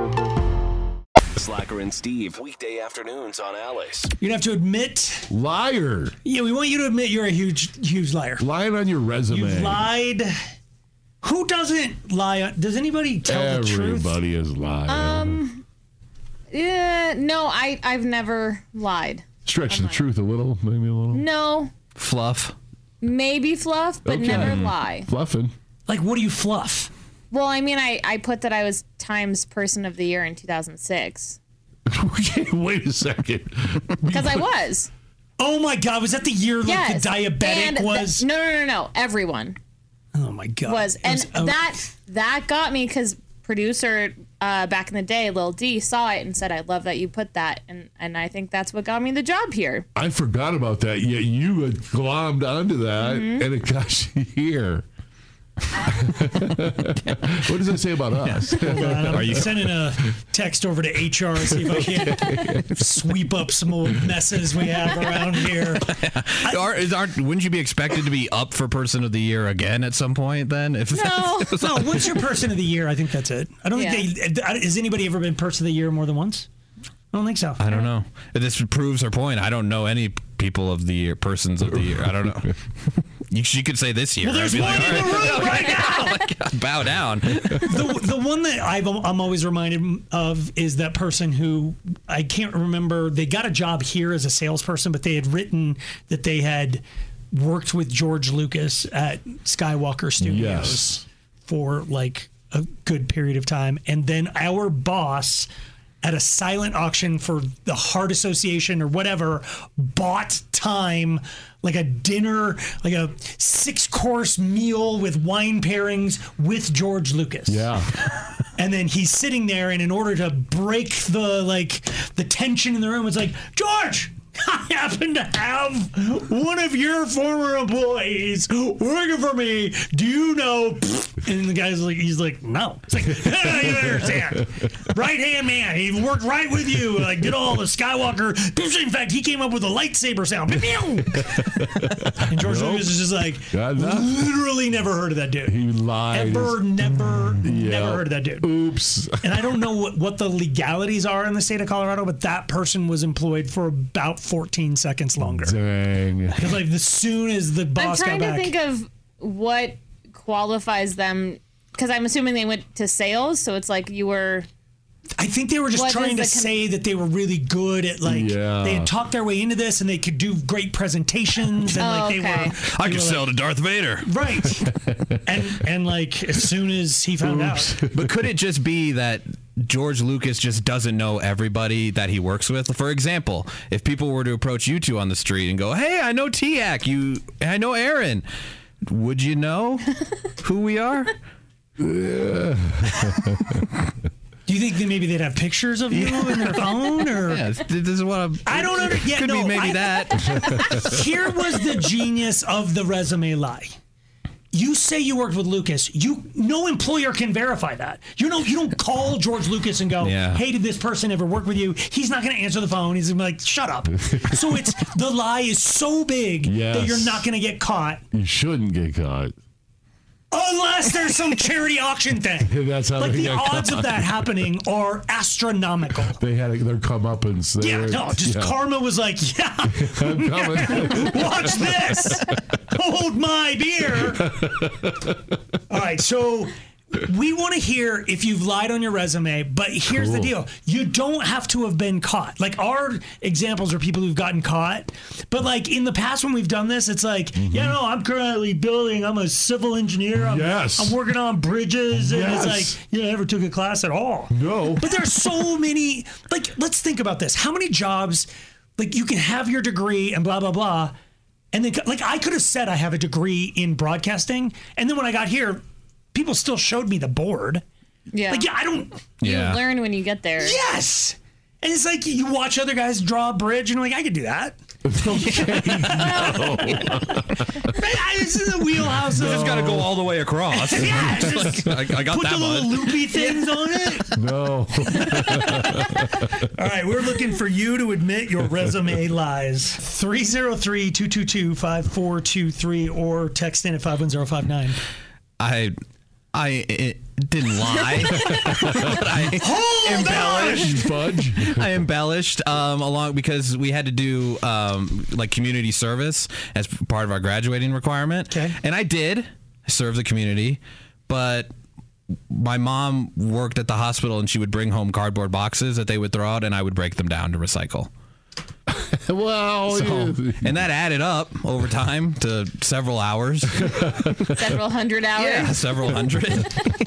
S6: Slacker and Steve, weekday afternoons on Alice.
S3: You're gonna have to admit
S4: liar.
S3: Yeah, we want you to admit you're a huge, huge liar.
S4: Lying on your resume.
S3: You lied. Who doesn't lie? on- Does anybody tell the truth?
S4: Everybody is lying.
S5: Um, yeah, no, I I've never lied.
S4: Stretch the truth a little, maybe a little.
S5: No,
S2: Fluff.
S5: maybe fluff, but
S4: Okay.
S5: never lie.
S4: Fluffing.
S3: Like, what do you fluff?
S5: Well, I mean, I I put that I was Times Person of the Year in 2006
S4: Okay, Wait a second.
S5: because I was.
S3: Oh my God! Was that the year like
S5: Yes.
S3: the diabetic
S5: And th-
S3: was?
S5: no, no, no, no. Everyone
S3: oh my God!
S5: was,
S3: It
S5: and
S3: oh,
S5: that that got me because producer uh, back in the day, Lil D, saw it and said, "I love that you put that," and and I think that's what got me the job here.
S4: I forgot about that. Yeah, you had glommed onto that,
S5: Mhm.
S4: and it got you here. what does that say about us?
S3: God, I'm
S4: Are you-
S3: sending a text over to HR to see if I can sweep up some old messes we have around here?
S2: Aren't, aren't, wouldn't you be expected to be up for Person of the Year again at some point? Then, if
S3: No, no. Once you're Person of the Year, I think that's it. I don't think they. Has anybody ever been Person of the Year more than once? I don't think so.
S2: I don't know. This proves her point. I don't know any people of the year, persons of the year. I don't know. You, she could say this year.
S3: Well, there's
S2: I'd be
S3: one in the
S2: "All
S3: room right
S2: right, bow down.
S3: the, the one that I've, I'm always reminded of is that person who I can't remember. They got a job here as a salesperson, but they had written that they had worked with George Lucas at Skywalker Studios
S4: Yes.
S3: for like a good period of time. And then our boss at a silent auction for the Heart Association or whatever bought time like a dinner, like a six course meal with wine pairings with George Lucas.
S4: Yeah.
S3: And then he's sitting there, and in order to break the like the tension in the room, it's like George. I happen to have one of your former employees working for me. Do you know? And the guy's like, he's like, no. It's like, "No, you don't understand. Right hand man. He worked right with you. Like, did all the Skywalker. In fact, he came up with a lightsaber sound. And George
S4: Nope.
S3: Lucas is just like,
S4: Got nothing.
S3: literally never heard of that dude.
S4: He lies.
S3: Ever, never,
S4: Yeah.
S3: never heard of that dude.
S4: Oops.
S3: and I don't know what, what the legalities are in the state of Colorado, but that person was employed for about 14 seconds longer.
S4: Dang.
S3: Because like as soon as the
S5: I'm
S3: boss got
S5: trying to
S3: back,
S5: think of what qualifies them because I'm assuming they went to sales, so it's like you were.
S3: I think they were just
S5: What
S3: trying to
S5: is the con-
S3: say that they were really good at like
S4: Yeah.
S3: they had talked their way into this and they could do great presentations and
S5: Oh,
S3: like they were.
S2: I
S3: they
S2: could
S3: were,
S2: sell to Darth Vader.
S3: Right. and and like as soon as he found out.
S2: but could it just be that George Lucas just doesn't know everybody that he works with? For example, if people were to approach you two on the street and go, "Hey, I know Tiak, you, I know Aaron," would you know who we are?
S3: Do you think that maybe they'd have pictures of you in their phone or?
S2: Yeah, this is what I'm,
S3: I don't under- yeah,
S2: Could
S3: no,
S2: be maybe
S3: I-
S2: that.
S3: Here was the genius of the resume lie. You say you worked with Lucas. You no employer can verify that. You know you don't call George Lucas and go,
S2: Yeah.
S3: "Hey, did this person ever work with you?" He's not going to answer the phone. He's going to be like, "Shut up." so it's the lie is so big that
S4: Yes.
S3: you're not going to get caught
S4: You shouldn't get caught.
S3: unless there's some charity auction thing.
S4: That's how
S3: like
S4: they
S3: the
S4: got
S3: odds
S4: caught.
S3: of that happening are astronomical.
S4: They had a, their comeuppance. They
S3: Yeah,
S4: were-
S3: no, just
S4: yeah.
S3: karma was like, yeah,
S4: I'm coming.
S3: watch this, hold my beer. All right, so we want to hear if you've lied on your resume, but here's the
S13: Cool.
S3: deal: you don't have to have been caught. Like our examples are people who've gotten caught, but like in the past when we've done this, it's like,
S4: Mm-hmm.
S3: yeah, no, I'm currently building. I'm a civil engineer. I'm,
S4: Yes.
S3: I'm working on bridges, and it's
S4: Yes.
S3: like, you never took a class at all.
S4: No.
S3: But there's so many. Like, let's think about this. How many jobs, like, you can have your degree and blah, blah, blah. And then, like, I could have said I have a degree in broadcasting. And then when I got here, people still showed me the board.
S5: Yeah.
S3: Like, yeah, I don't.
S5: You learn when you get there.
S3: Yes. And it's like you watch other guys draw a bridge, and you're like, I could do that.
S2: Oh.
S3: Man, I- this is the wheelhouse
S2: You
S3: of.
S2: just got to go all the way across.
S3: Yeah, it's
S2: Like,
S3: just-
S2: I, I got
S3: Put
S2: that
S3: the little
S2: one.
S3: loopy things on it.
S4: no.
S3: All right, we're looking for you to admit your resume lies. 303 222 5423 or text in at 51059.
S2: I I it didn't lie. But I embellished.
S4: Fudge.
S2: I embellished um, along because we had to do um, like community service as part of our graduating requirement. Okay. And I did. I served the community, but my mom worked at the hospital and she would bring home cardboard boxes that they would throw out and I would break them down to recycle.
S4: well,
S2: So- and that added up over time to several hours.
S5: Several hundred hours.
S2: Yeah, several hundred.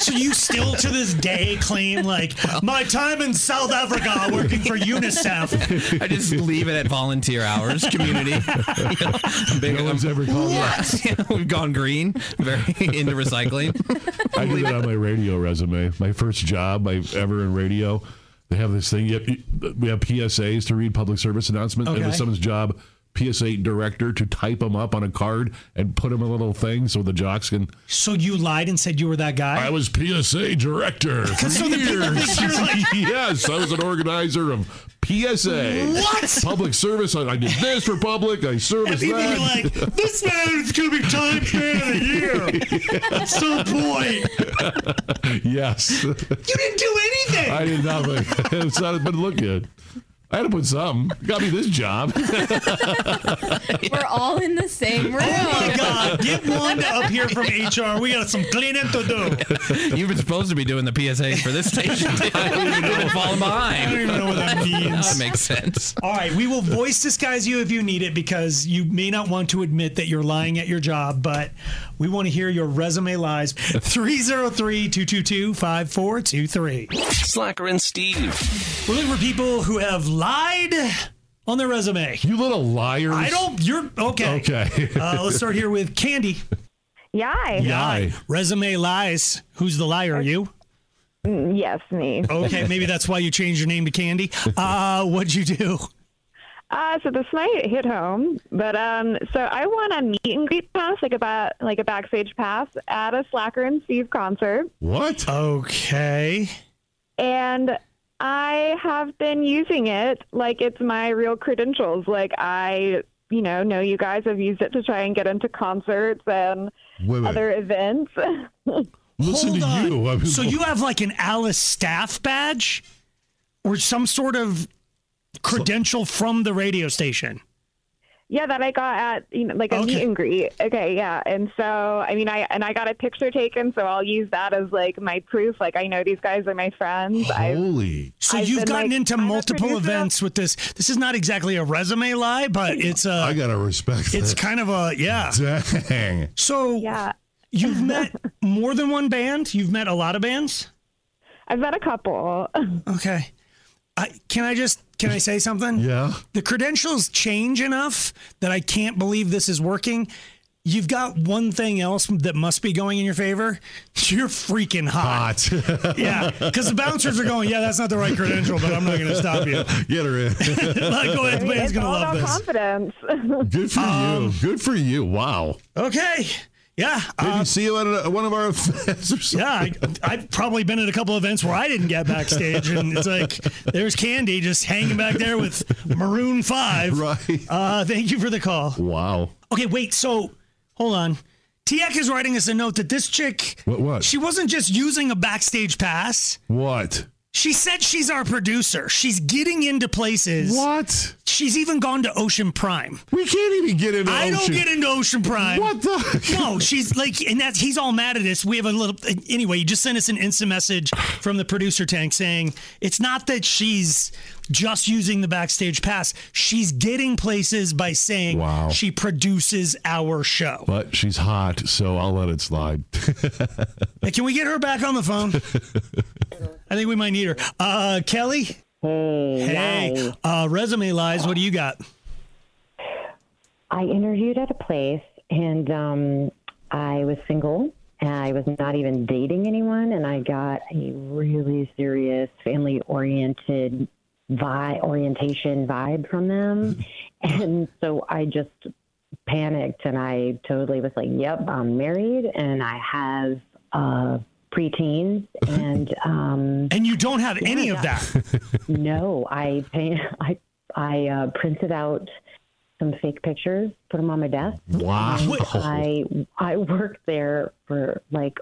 S3: So you still to this day claim, like, my time in South Africa working for UNICEF.
S2: I just leave it at volunteer hours, community. You know, big-
S4: No
S2: um,
S4: one's ever called me.
S2: Yeah, We've gone green, very into recycling.
S4: I did that on my radio resume. My first job I ever in radio. They have this thing. You have, we have PSAs to read public service announcements. It
S3: Okay.
S4: was someone's job, PSA director, to type them up on a card and put them in a little thing so the jocks can.
S3: So you lied and said you were that guy?
S4: I was PSA director. for
S3: so the people
S4: years.
S3: think you're like-
S4: yes, I was an organizer of PSA.
S3: What?
S4: Public service. I, I did this for public. I
S3: And
S4: service
S3: people were
S4: that.
S3: like, this man's going to be time man of the year at some point.
S4: yes.
S3: You didn't do anything.
S4: I did not. But it's not. But look good. I had to put some. Got me this job.
S5: We're all in the same room.
S3: Oh my God, get Wanda up here from HR. We got some cleaning to do.
S2: You've been supposed to be doing the PSAs for this station. You're falling behind.
S3: I don't even know what that means.
S2: That makes sense.
S3: All right, we will voice disguise you if you need it because you may not want to admit that you're lying at your job, but we want to hear your resume lies. 303 222 5423.
S6: Slacker and Steve.
S3: We're looking for people who have lied on their resume.
S4: You little liars.
S3: I don't, you're okay.
S4: Okay.
S3: Uh, let's start here with Candy.
S8: Yai.
S3: Yai. Resume lies. Who's the liar? You?
S13: Mm, Yes, me.
S3: Okay, maybe that's why you changed your name to Candy. Uh, what'd you do?
S13: Uh, so this might hit home, but um, so I won a meet and greet pass, like a ba- like a backstage pass at a Slacker and Steve concert,
S4: What?
S3: Okay.
S13: and I have been using it like it's my real credentials. Like I, you know, know you guys have used it to try and get into concerts and
S4: Wait, wait.
S13: other events.
S4: Listen
S3: Hold
S4: to
S3: on.
S4: you. I mean,
S3: so you have like an Alice staff badge or some sort of credential from the radio station.
S13: Yeah, that I got at you know like a meet and greet. Okay, yeah, and so I mean I and I got a picture taken, so I'll use that as like my proof. Like I know these guys are my friends. I
S4: Holy.
S3: So
S13: I've
S3: you've
S13: been,
S3: gotten
S13: like,
S3: into
S13: I'm a
S3: multiple
S13: producer.
S3: events with this. This is not exactly a resume lie, but it's a. I
S4: gotta respect.
S3: It's kind of a yeah.
S4: Dang.
S3: So you've met more than one band. You've met a lot of bands.
S13: I've met a couple.
S3: Okay. I, can I just can I say something?
S4: Yeah.
S3: The credentials change enough that I can't believe this is working. You've got one thing else that must be going in your favor. You're freaking hot.
S4: Hot.
S3: yeah, because the bouncers are going. Yeah, that's not the right credential, but I'm not going to stop you.
S4: Get her in.
S3: Like, oh, that man's gonna love this.
S13: confidence.
S4: Good for you. Good for you. Wow.
S3: Uh, Okay. Yeah. uh,
S4: Did you see you at a, one of our events or something?
S3: Yeah, I, I've probably been at a couple events where I didn't get backstage, and it's like there's Candy just hanging back there with Maroon Five.
S4: Right.
S3: Uh, thank you for the call.
S4: Wow.
S3: Okay, wait. So, hold on. TX is writing us a note that this chick.
S4: What? What?
S3: She wasn't just using a backstage pass.
S4: What?
S3: She said she's our producer. She's getting into places.
S4: What?
S3: She's even gone to Ocean Prime.
S4: We can't even get into
S3: I don't
S4: Ocean.
S3: get into Ocean Prime.
S4: What the-
S3: No, she's like, and that's he's all mad at us. We have a little. Anyway, he just sent us an instant message from the producer tank saying it's not that she's just using the backstage pass. She's getting places by saying
S4: Wow.
S3: she produces our show.
S4: But she's hot, so I'll let it slide.
S3: Hey, can we get her back on the phone? I think we might need her. Uh, Kelly? Hey. Uh, resume lies. What do you got?
S14: I interviewed at a place and um, I was single. and I was not even dating anyone, and I got a really serious family oriented vi- orientation vibe from them.
S3: Mm-hmm.
S14: And so I just panicked and I totally was like, yep, I'm married and I have uh, preteens. And, um,
S3: and you don't have any of
S14: that? no, I, pa- I, I uh, printed out some fake pictures, put them on my desk.
S4: Wow.
S14: And I I worked there for like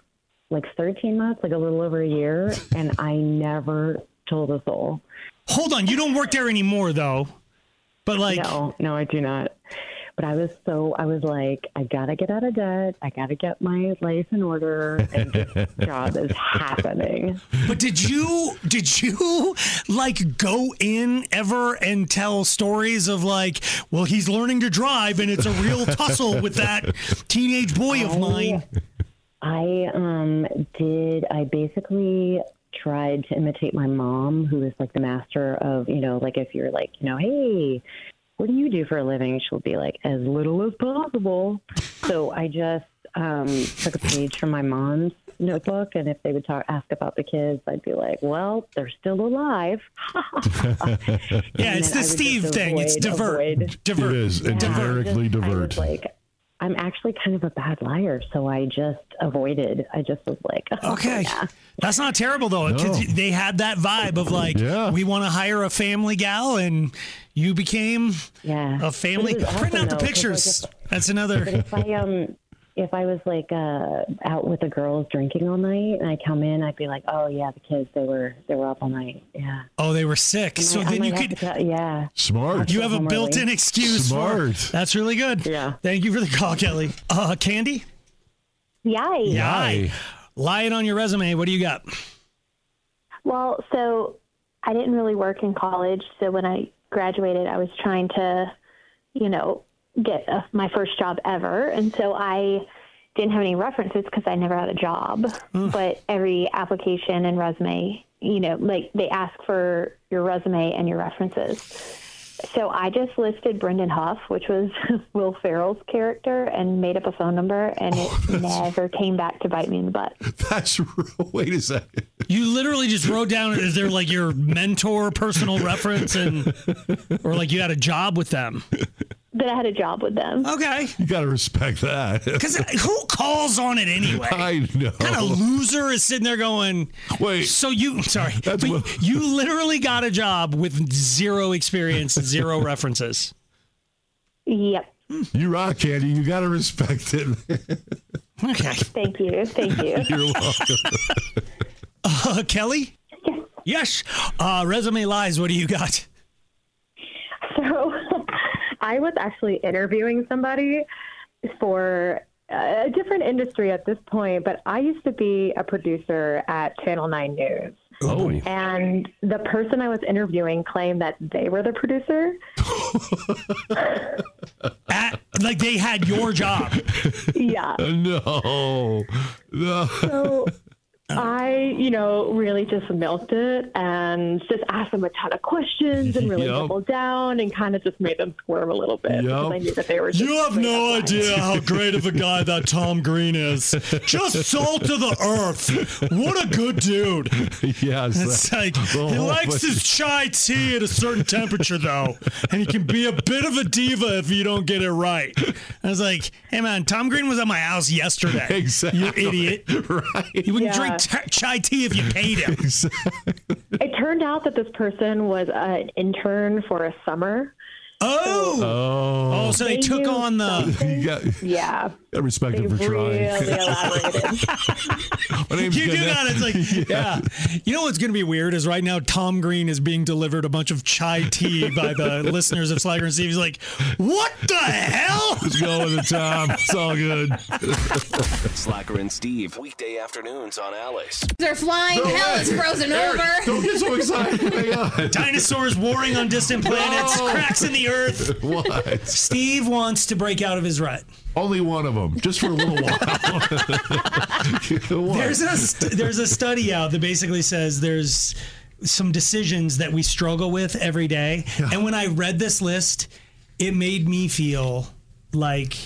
S14: like 13 months, like a little over a year, and I never told a soul.
S3: Hold on. You don't work there anymore, though. But like,
S14: no, no, I do not. But I was so I was like, I gotta get out of debt. I gotta get my life in order. And this job is happening.
S3: But did you did you like go in ever and tell stories of like, well, he's learning to drive and it's a real tussle with that teenage boy of mine.
S14: I um did I basically tried to imitate my mom who is like the master of, you know, like if you're like, you know, hey, what do you do for a living? She'll be like as little as possible. So I just um took a page from my mom's notebook and if they would talk ask about the kids, I'd be like, "Well, they're still alive."
S3: Yeah, it's
S14: then I
S3: the
S14: would
S3: Steve
S14: just
S3: thing. it's
S14: avoid-
S3: divert. Divert.
S4: It is. It
S14: I
S4: directly
S14: just- I was
S4: divert.
S14: like I'm actually kind of a bad liar, so I just avoided. I just was like, "Oh,
S3: Okay. That's not terrible though. 'cause
S4: No.
S3: They had that vibe of like, we want to hire a family gal, and you became
S14: yeah.
S3: a family.
S14: But it was
S3: Print
S14: awesome,
S3: out the
S14: though, 'cause, like,
S3: pictures.
S14: if-
S3: That's
S14: But
S3: another.
S14: if I um, if I was like uh, out with the girls drinking all night, and I come in, I'd be like, oh yeah, the kids they were they were up all night. Yeah.
S3: Oh, they were sick.
S14: I
S3: So
S14: might- I
S3: then you
S14: might have
S3: could.
S14: to tell- yeah.
S4: Smart.
S3: You have a built-in excuse.
S4: Smart.
S3: For, that's really good. Yeah. Thank you for the call, Kelly. Uh, Candy.
S13: Yay.
S3: Yay. Lie it on your resume. What do you got?
S15: Well, so I didn't really work in college. So when I graduated, I was trying to, you know, get a, my first job ever. And so I didn't have any references because I never had a job.
S4: Mm.
S15: But every application and resume, you know, like they ask for your resume and your references. So I just listed Brendan Huff, which was Will Ferrell's character, and made up a
S4: Oh,
S15: phone number, and it never came back to bite me in the butt.
S4: That's real. Wait a second.
S3: You literally just wrote down is there like your mentor, personal reference, and or like you had a job with them.
S15: That I had a job with them.
S3: Okay.
S4: You got to respect that.
S3: Because who calls on it anyway?
S4: I know.
S3: Kind of loser is sitting there going,
S4: "Wait."
S3: So you, sorry, but you literally got a job with zero experience, zero references.
S15: Yep.
S4: You rock, Candy. You got to respect it.
S3: Okay.
S15: Thank you. Thank you.
S4: You're welcome.
S3: Uh, Kelly. Yes. Uh, resume lies. What do you got?
S10: So I was actually interviewing somebody for uh, a different industry at this point, but I used to be a producer at Channel 9 News.
S16: Oh.
S10: And the person I was interviewing claimed that they were the producer.
S3: Like they had your job.
S10: yeah.
S4: Uh, no. No.
S10: So I, you know, really just milked it and just asked them a ton of questions and really
S4: Yep.
S10: doubled down and kind of just made them squirm a little bit because I knew that they were just
S3: You have no idea how great of a guy that Tom Green is. Just salt of the earth. What a good dude.
S4: Yes.
S3: It's like he
S4: Oh,
S3: likes his chai tea at a certain temperature though, and he can be a bit of a diva if you don't get it right. I was like, "Hey man, Tom Green was at my house yesterday.
S4: Exactly.
S3: You idiot.
S4: Right.
S3: You wouldn't
S10: Yeah.
S3: drink t- chai tea if you paid him.
S10: It turned out that this person was an intern for a summer.
S3: Oh.
S4: Oh.
S3: Oh, so they took on the-
S4: You got, you
S10: Yeah.
S4: got respect him for trying. My name's
S3: you do
S4: Gannett.
S3: that. It's like, yeah. You know what's going to be weird is right now Tom Green is being delivered a bunch of chai tea by the listeners of Slacker and Steve. He's like, what the hell?
S4: Let's go with the Tom. It's all good.
S6: Slacker and Steve, weekday afternoons on Alice.
S5: They're flying.
S6: No
S5: Hell
S6: way.
S5: is frozen
S6: Eric,
S5: over.
S4: don't get so excited. Oh Hang on.
S3: Dinosaurs warring on distant planets,
S4: No.
S3: cracks in the earth.
S4: What?
S3: Steve wants to break out of his rut.
S4: Only one of them, just for a little while. What?
S3: There's a st- there's a study out that basically says there's some decisions that we struggle with every day. And when I read this list, it made me feel like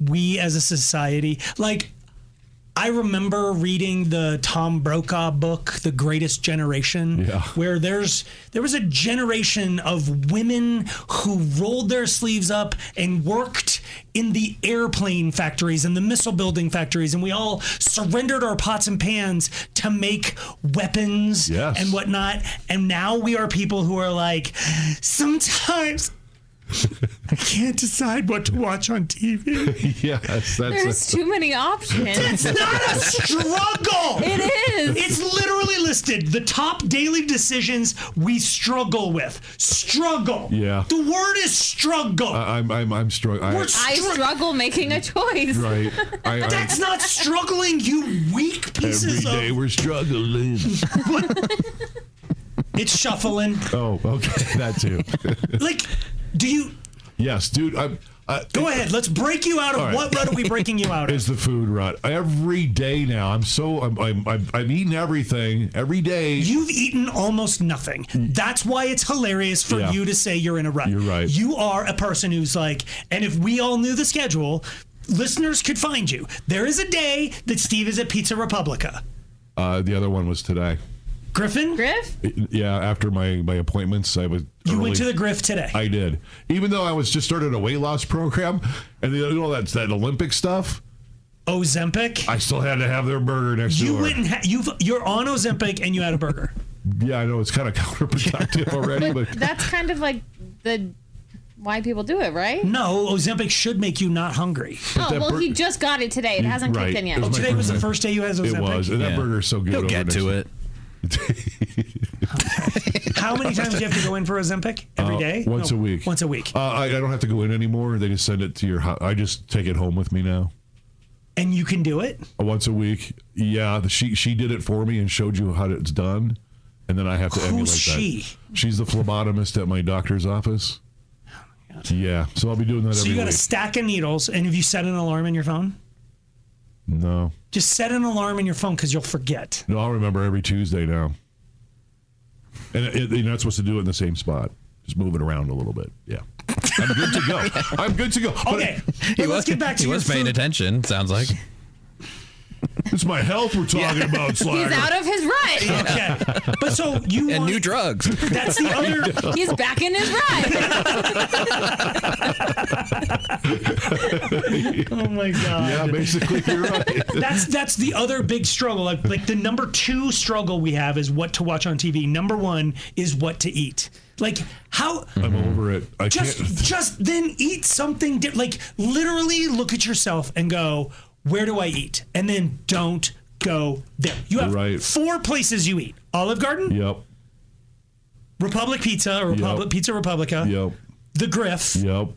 S3: we as a society, like I remember reading the Tom Brokaw book, The Greatest Generation, where there's there was a generation of women who rolled their sleeves up and worked in the airplane factories and the missile building factories, and we all surrendered our pots and pans to make weapons and whatnot. And now we are people who are like, sometimes I can't decide what to watch on TV.
S4: yes, that's
S5: There's
S4: a-
S5: too many options.
S3: It's not a struggle.
S5: It is.
S3: It's literally listed the top daily decisions we struggle with. Struggle.
S4: Yeah.
S3: The word is struggle.
S4: I, I'm, I'm, I'm struggling.
S5: I struggle making a choice.
S4: Right. I- I-
S3: That's not struggling, you weak
S4: Every
S3: pieces
S4: day
S3: of.
S4: we're struggling.
S3: It's shuffling.
S4: Oh, okay, that too.
S3: Like, do you?
S4: Yes, dude. I'm, I,
S3: Go ahead. Let's break you out of
S4: All right.
S3: what rut are we breaking you out of?
S4: It's the food rut. Every day now, I'm so I'm I'm I'm, I'm eating everything every day.
S3: You've eaten almost nothing. That's why it's hilarious for
S4: Yeah.
S3: you to say you're in a rut. You're
S4: right.
S3: You are a person who's like, and if we all knew the schedule, listeners could find you. There is a day that Steve is at Pizza Republica.
S4: Uh, the other one was today.
S3: Griffin? Griff?
S4: Yeah, after my my appointments, I was.
S3: You
S4: early.
S3: went to the Griff today.
S4: I did, even though I was just started a weight loss program, and you know that's that Olympic stuff.
S3: Ozempic.
S4: I still had to have their burger next
S3: you
S4: door.
S3: went and ha- you've, you're on Ozempic and you had a burger.
S4: Yeah, I know it's kind of counterproductive already, but
S5: That's kind of like the why people do it, right?
S3: No, Ozempic should make you not hungry.
S5: Oh well, he just got it today. It hasn't kicked in yet.
S3: Oh, today was the first day you had Ozempic.
S4: It was, and that burger's so good.
S2: He'll
S4: over
S2: get to
S4: it.
S3: How many times do you have to go in for Ozempic? Every day?
S4: Uh, once
S3: No,
S4: a week.
S3: Once a week.
S4: Uh, I, I don't have to go in anymore. They just send it to your house. I just take it home with me now.
S3: And you can do it?
S4: Uh, Once a week. Yeah, the, she she did it for me and showed you how it's done, and then I have to
S3: Who's
S4: emulate
S3: she?
S4: that. She's the phlebotomist at my doctor's office. Yeah, so I'll be doing that
S3: Oh, So
S4: every
S3: you got a
S4: week.
S3: stack of needles, and have you set an alarm in your phone?
S4: no,
S3: Just set an alarm in your phone because you'll forget.
S4: no, I'll remember every Tuesday now. And it, you're not supposed to do it in the same spot. Just move it around a little bit. Yeah, I'm good to go. I'm good to go. But-
S3: Okay, but let's get back to
S2: he
S3: your
S2: was paying
S3: food.
S2: attention. Sounds like
S4: It's my health we're talking about, Slacker.
S5: He's out of his rut.
S3: Okay. But so you
S2: and new drugs.
S3: That's the other.
S5: He's back in his rut.
S3: oh my god.
S4: Yeah, basically, you're right.
S3: that's that's the other big struggle. Like, like the number two struggle we have is what to watch on TV. Number one is what to eat. Like how
S4: I'm over it. I
S3: just
S4: can't.
S3: just then eat something di- like literally look at yourself and go, where do I eat? And then don't go there. You have
S4: Right.
S3: four places you eat: Olive Garden,
S4: Yep.
S3: Republic Pizza, or Republic
S4: Yep.
S3: Pizza Republica,
S4: Yep.
S3: The Griff.
S4: Yep.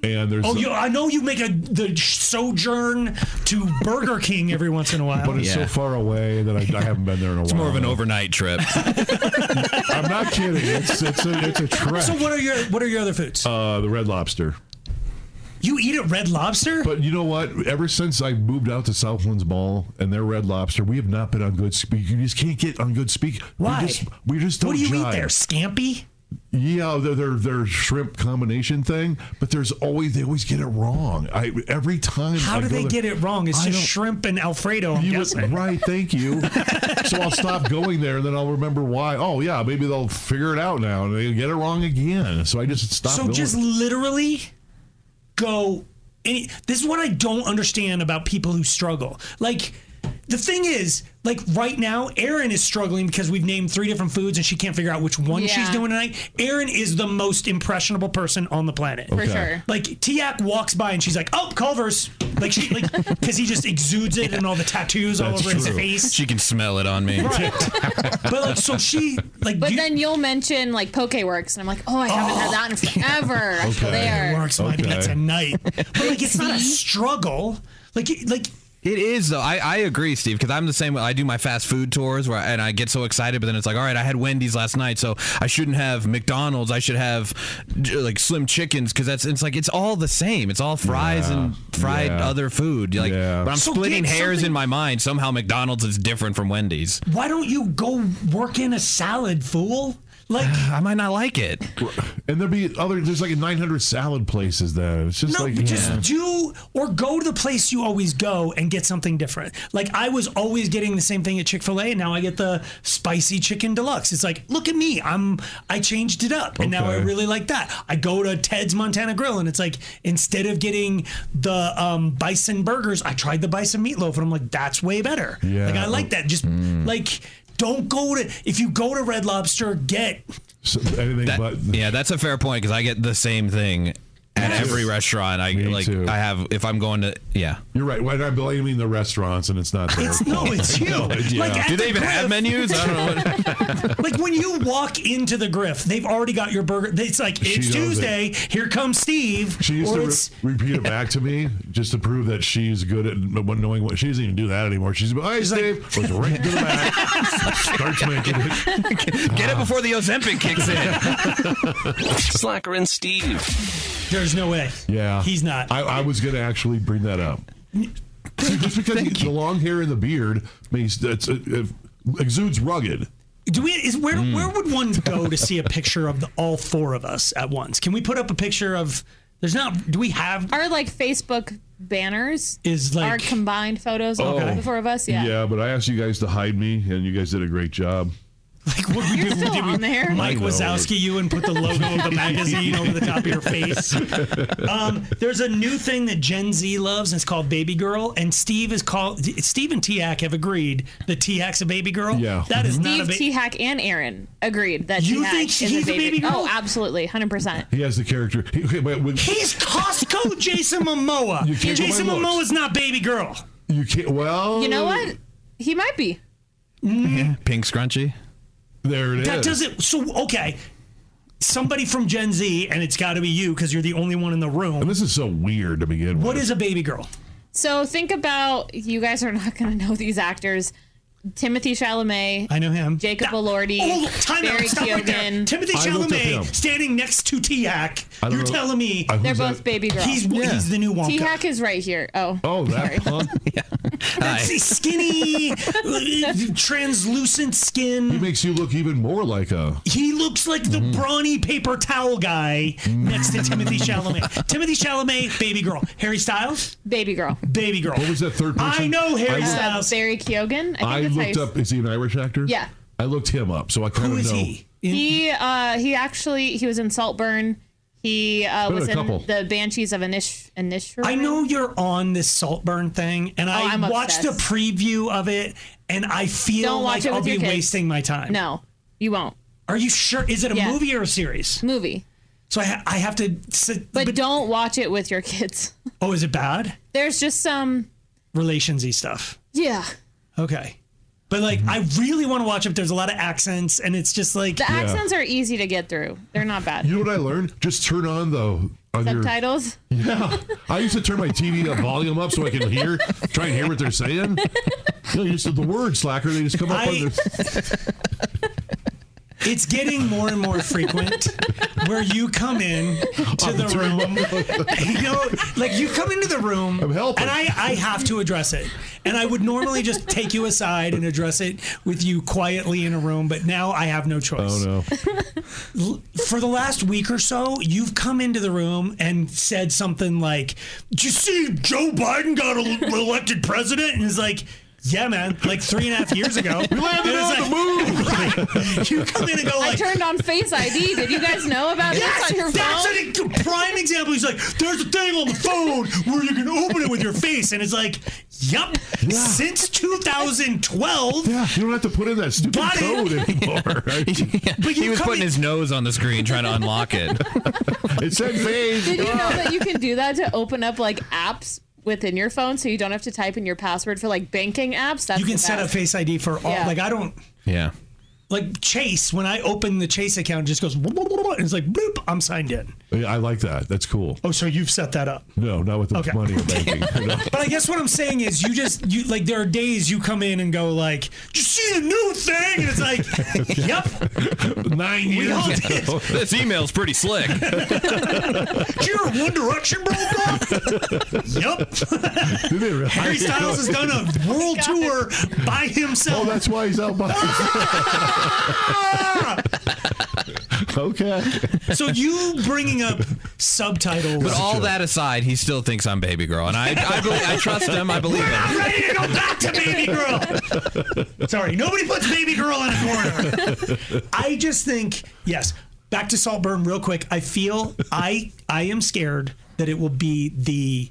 S4: And there's
S3: Oh, you, I know you make a the sojourn to Burger King every once in a while.
S4: but it's so far away that I, I haven't been there in a
S2: It's
S4: while.
S2: more of an overnight trip.
S4: I'm not kidding. It's it's a it's a trek.
S3: So what are your what are your other foods?
S4: Uh, the Red Lobster.
S3: You eat at Red Lobster?
S4: But you know what? Ever since I moved out to Southlands Mall and their Red Lobster, we have not been on good speak. You just can't get on good speak.
S3: Why?
S4: We just, we just don't
S3: What do you eat
S4: jive.
S3: there? Scampi?
S4: Yeah, their, their their shrimp combination thing, but there's always they always get it wrong. I every time.
S3: How
S4: I
S3: do
S4: go
S3: they
S4: there-
S3: get it wrong? It's
S4: I
S3: just
S4: don't-
S3: shrimp and Alfredo. I'm
S4: You would-
S3: guessing.
S4: right, thank you. so I'll stop going there, and then I'll remember why. Oh yeah, maybe they'll figure it out now, and they get it wrong again. So I just stop.
S3: so
S4: going.
S3: just literally go. Any, this is what I don't understand about people who struggle. Like the thing is, like right now, Erin is struggling because we've named three different foods and she can't figure out which one she's
S5: Yeah.
S3: doing tonight. Erin is the most impressionable person on the planet.
S5: For Okay. sure.
S3: Like Tiak walks by and she's like, "Oh, Culver's!" Like she like because he just exudes it and all the tattoos all over his face.
S2: She can smell it on me.
S3: But like, so she like.
S5: But then you'll mention like Pokeworks, and I'm like, oh, I haven't had that in forever. I feel there.
S3: Works might be tonight. But like, it's not a struggle. Like, it- like
S2: It is though. I, I agree, Steve, because I'm the same way. I do my fast food tours where I, and I get so excited, but then it's like, all right, I had Wendy's last night, so I shouldn't have McDonald's. I should have j- like Slim Chickens because that's it's like it's all the same. It's all fries and fried
S4: Yeah.
S2: other food. Like, but I'm
S3: So
S2: splitting
S3: get
S2: hairs
S3: something-
S2: in my mind. Somehow McDonald's is different from Wendy's.
S3: why don't you go work in a salad, fool? Like, I
S2: might not like it.
S4: And there'd be other. There's like 900 salad places. Then it's just
S3: no,
S4: like
S3: just
S4: yeah.
S3: do or go to the place you always go and get something different. Like I was always getting the same thing at Chick Fil A, and now I get the spicy chicken deluxe. It's like, look at me, I'm I changed it up, and now I
S4: Okay.
S3: really like that. I go to Ted's Montana Grill, and it's like instead of getting the um, bison burgers, I tried the bison meatloaf, and I'm like, that's way better.
S4: Yeah. mm.
S3: Like I like that. Just like don't go to if you go to Red Lobster, get
S4: So anything
S2: That-
S4: but
S2: yeah, that's a fair point because I get the same thing at
S4: Yes.
S2: every restaurant. I like I have if I'm going to yeah.
S4: You're right. Why not blaming the restaurants and it's not their
S3: It's-
S4: fault?
S3: no, it's you. Like, at
S2: Do they
S3: the
S2: even have
S3: Griff-
S2: menus? I don't know. What,
S3: like when you walk into the Griff, they've already got your burger. It's like
S4: She
S3: it's
S4: knows it.
S3: Tuesday. Here comes Steve.
S4: She used
S3: or
S4: to re-
S3: it's
S4: repeat it back to me just to prove that she's good at n- knowing what. She doesn't even do that anymore. She's like, "Hi, Steve." Goes right to the back. starts making it.
S2: Get it before the Ozempic kicks in.
S6: Slacker and Steve.
S3: there's no way.
S4: Yeah,
S3: He's not.
S4: I, I was going to actually bring that up. See, just because you, the long hair and the beard means that's uh, it, it exudes rugged.
S3: Do we? Is where
S4: Hmm.
S3: where would one go to see a picture of the, all four of us at once? Can we put up a picture of? There's not. Do we have?
S5: Our like Facebook banners
S3: Is like-
S5: our combined photos
S4: Oh.
S5: of the four of us. Yeah.
S4: but I asked you guys to hide me, and you guys did a great job.
S3: Like what we
S5: You're
S3: did,
S5: still
S3: did we-
S5: on there.
S3: Mike
S4: I know.
S3: Wazowski, you and put the logo of the magazine over the top of your face. Um, there's a new thing that Gen Z loves, and it's called Baby Girl. And Steve is called Steve and T Hack have agreed that T Hack's a baby girl. Yeah, that is not
S4: Mm-hmm.
S5: Steve,
S3: a baby.
S5: T Hack, and Aaron agreed that
S3: You
S5: T Hack
S3: think
S5: is
S3: he's a
S5: a baby.
S3: baby girl?
S5: Oh, absolutely, hundred percent.
S4: He has the character. He, okay, but when-
S3: He's Costco Jason Momoa.
S4: You can't go by
S3: Jason
S4: looks.
S3: Momoa's not baby girl.
S4: you can't. Well,
S5: You know
S3: Oh.
S5: what? He might be.
S2: Pink scrunchy.
S4: There it is.
S3: That doesn't. So okay, somebody from Gen Z, and it's got to be you because you're the only one in the room.
S4: And this is so weird to begin with.
S3: What is a baby girl?
S5: So think about you guys are not going to know these actors. Timothy Chalamet,
S3: I know him.
S5: Jacob Elordi,
S3: Oh, time out.
S5: Barry
S3: Stop right there.
S5: Keoghan.
S3: Timothy
S4: I looked up him.
S3: Chalamet standing next to T Hack.
S4: I don't
S3: You're
S4: know-
S3: telling me
S4: I-
S5: They're
S4: who's
S5: both
S4: that?
S5: baby girls.
S3: he's he's the new Wonka.
S5: T Hack is right here. Oh,
S4: Oh, that punk.
S3: That's skinny, translucent skin.
S4: He makes you look even more like a. Mm.
S3: He looks like the brawny paper towel guy next to Timothy Chalamet. Timothy Chalamet, baby girl. Harry Styles,
S5: baby girl.
S3: baby girl. What
S4: was that third person?
S3: I know Harry
S4: I-
S5: Uh,
S3: Styles.
S5: Barry Keoghan.
S4: I,
S5: I think that's
S4: looked
S5: how you-
S4: up. Is he an Irish actor?
S5: Yeah.
S4: I looked him up, so I kind of know.
S5: He uh he actually he was in Saltburn. He uh,
S3: Been in
S5: was
S3: a
S5: in
S3: couple.
S5: the Banshees of Anish Anish.
S3: I know you're on this Saltburn thing, and
S5: Oh,
S3: I
S5: I'm
S3: watched a
S5: obsessed.
S3: preview of it, and I feel
S5: Don't watch
S3: like
S5: it
S3: I'll
S5: with
S3: be
S5: your kids.
S3: wasting my time.
S5: No, you won't.
S3: Are you sure? Is it a
S5: Yeah.
S3: movie or a series?
S5: Movie.
S3: So I, ha- I have to. Sit,
S5: But, don't watch it with your kids.
S3: oh, is it bad?
S5: There's just some
S3: Relationsy stuff.
S5: yeah.
S3: Okay. But like, I really want to watch it. There's a lot of accents, and it's just like
S5: The accents are easy to get through. They're not bad.
S4: You know what I learned? Just turn on the on your.
S5: Subtitles.
S4: Yeah, I used to turn my TV up, volume up so I can hear, try and hear what they're saying. You know, you just the word slacker. They just come up. on the,
S3: It's getting more and more frequent where you come in to the room. You know, like you come into the room and I, I have to address it. And I would normally just take you aside and address it with you quietly in a room, but now I have no choice.
S4: oh
S3: L- for the last week or so, you've come into the room and said something like, "Did you see Joe Biden got el- elected president?" And it's like. Yeah, man. Like three and a half years ago,
S4: We landed
S3: And it's
S4: on
S3: like, Right. You come in and go
S5: I
S3: like,
S5: turned on Face ID. Did you guys know about
S3: Yes,
S5: this on your
S3: that's
S5: phone?
S3: a good prime example. He's like, there's a thing on the phone where you can open it with your face, and it's like, yup. Since 2012,
S4: no. Yeah, you don't have to put in that stupid
S3: Got it.
S4: code anymore.
S3: But
S2: he was putting his nose on the screen trying to unlock it.
S4: it said phase.
S5: Did you know that you can do that to open up like apps within your phone, so you don't have to type in your password for like banking apps? That's
S3: you can
S5: the
S3: set up
S5: best.
S3: Face ID for all.
S5: Yeah.
S3: Like I don't
S2: Yeah.
S3: like Chase. When I open the Chase account, it just goes "Whoop, whoop, whoop," and it's like bloop. I'm signed in.
S4: Yeah, I like that. That's cool.
S3: Oh, so you've set that up.
S4: No, not with the
S3: Okay.
S4: money or banking. No.
S3: But I guess what I'm saying is, you just you like there are days you come in and go like, "Did you see the new thing, and it's like, yep,
S4: nine
S3: We all
S2: years
S3: did.
S2: ago. This email's pretty slick.
S3: you're a One Direction bro. Yep. Harry Styles has done a world tour by himself.
S4: Oh, that's why he's out by. okay.
S3: So you bringing up subtitles?
S2: But all that aside, he still thinks I'm baby girl, and I I, believe, I trust him. I believe him.
S3: I'm ready to go back to Baby Girl. Sorry, nobody puts Baby Girl in a corner. I just think yes. Back to Saltburn real quick. I feel I I am scared that it will be
S5: The
S3: the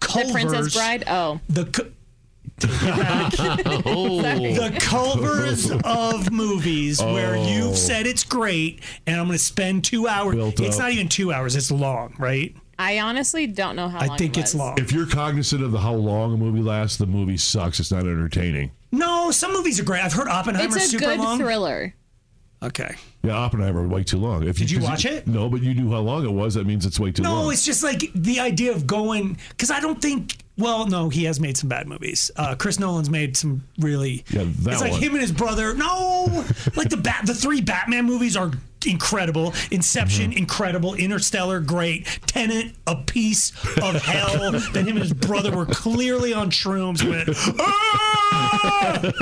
S3: Culvers,
S5: Princess Bride. Oh,
S3: the cu- the Culvers of movies where
S4: Oh.
S3: you've said it's great, and I'm going to spend two hours. it's
S4: up.
S3: not even two hours; it's long, right?
S5: I honestly don't know how. long it was.
S4: If you're cognizant of the how long a movie lasts, the movie sucks. It's not entertaining.
S3: No, some movies are great. I've heard Oppenheimer's
S5: It's a
S3: super
S5: good
S3: long.
S5: thriller.
S3: Okay.
S4: Yeah, Oppenheimer way too long. If
S3: Did you
S4: 'cause
S3: watch it?
S4: No, but you knew how long it was. That means it's way too
S3: No,
S4: long.
S3: it's just like the idea of going because I don't think. Well, no, he has made some bad movies. Uh, Chris Nolan's made some really.
S4: Yeah, that
S3: it's like
S4: one.
S3: him and his brother. No, like the bat, the three Batman movies are incredible. Inception,
S4: Mm-hmm.
S3: incredible. Interstellar, great. Tenant, a piece of hell. then him and his brother were clearly on shrooms. Went. "Ah!"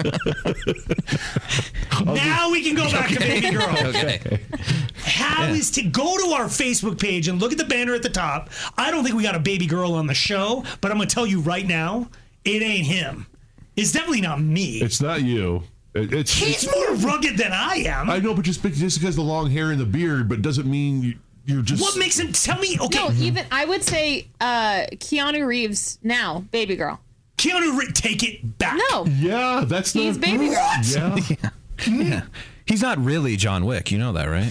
S3: now we can go back to Baby Girl.
S2: Okay.
S3: How is to go to our Facebook page and look at the banner at the top? I don't think we got a baby girl on the show, but I'm gonna tell you right now, it ain't him. It's definitely not me.
S4: It's not you. It- it's
S3: He's more rugged than I am.
S4: I know, but just be- just because the long hair and the beard, but doesn't mean you, you're just.
S3: What makes him? Tell me. Okay,
S5: No, even I would say uh, Keanu Reeves now, baby girl.
S3: Keanu Reeves, take it back.
S5: No,
S4: Yeah, that's
S5: He's
S4: the
S5: baby girl. What?
S4: Yeah.
S2: Yeah. He's not really John Wick. You know that, right?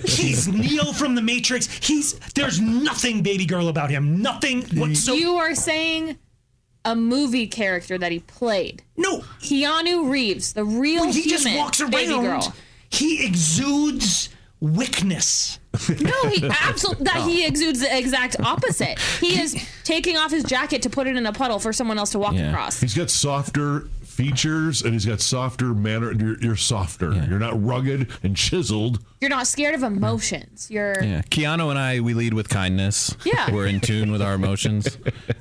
S3: he's Neo from the Matrix. He's there's nothing baby girl about him. Nothing whatsoever.
S5: you are saying a movie character that he played.
S3: No,
S5: Keanu Reeves, the real
S3: When he
S5: human,
S3: just walks around,
S5: baby girl.
S3: he exudes wickness.
S5: No, he absolutely that he exudes the exact opposite. He is taking off his jacket to put it in a puddle for someone else to walk
S4: Yeah.
S5: across.
S4: He's got softer features and he's got softer manner. You're, you're softer. You're not rugged and chiseled.
S5: You're not scared of emotions. You're
S2: Yeah, Keanu and I we lead with kindness.
S5: Yeah.
S2: we're in tune with our emotions.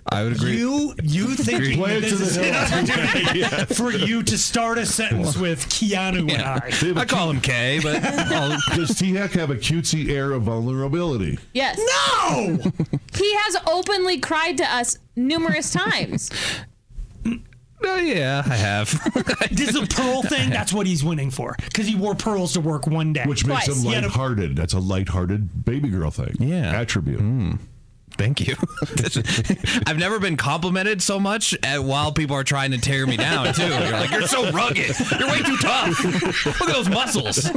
S2: I would agree.
S3: You you
S2: Agree.
S3: think this is an opportunity
S2: Yeah.
S3: for you to start a sentence with Keanu
S2: Yeah.
S3: and I?
S2: I call him K, but
S4: does T Hack have a cutesy air of vulnerability?
S5: Yes.
S3: No.
S5: he has openly cried to us numerous times.
S2: Oh, yeah, I have.
S3: this is a pearl thing. That's what he's winning for because he wore pearls to work one day,
S4: Which makes him
S3: He had a-
S4: lighthearted. That's a lighthearted baby girl thing. Yeah. Attribute.
S2: Hmm. Thank you. I've never been complimented so much at, while people are trying to tear me down too. You're like, you're so rugged. You're way too tough. Look at those muscles.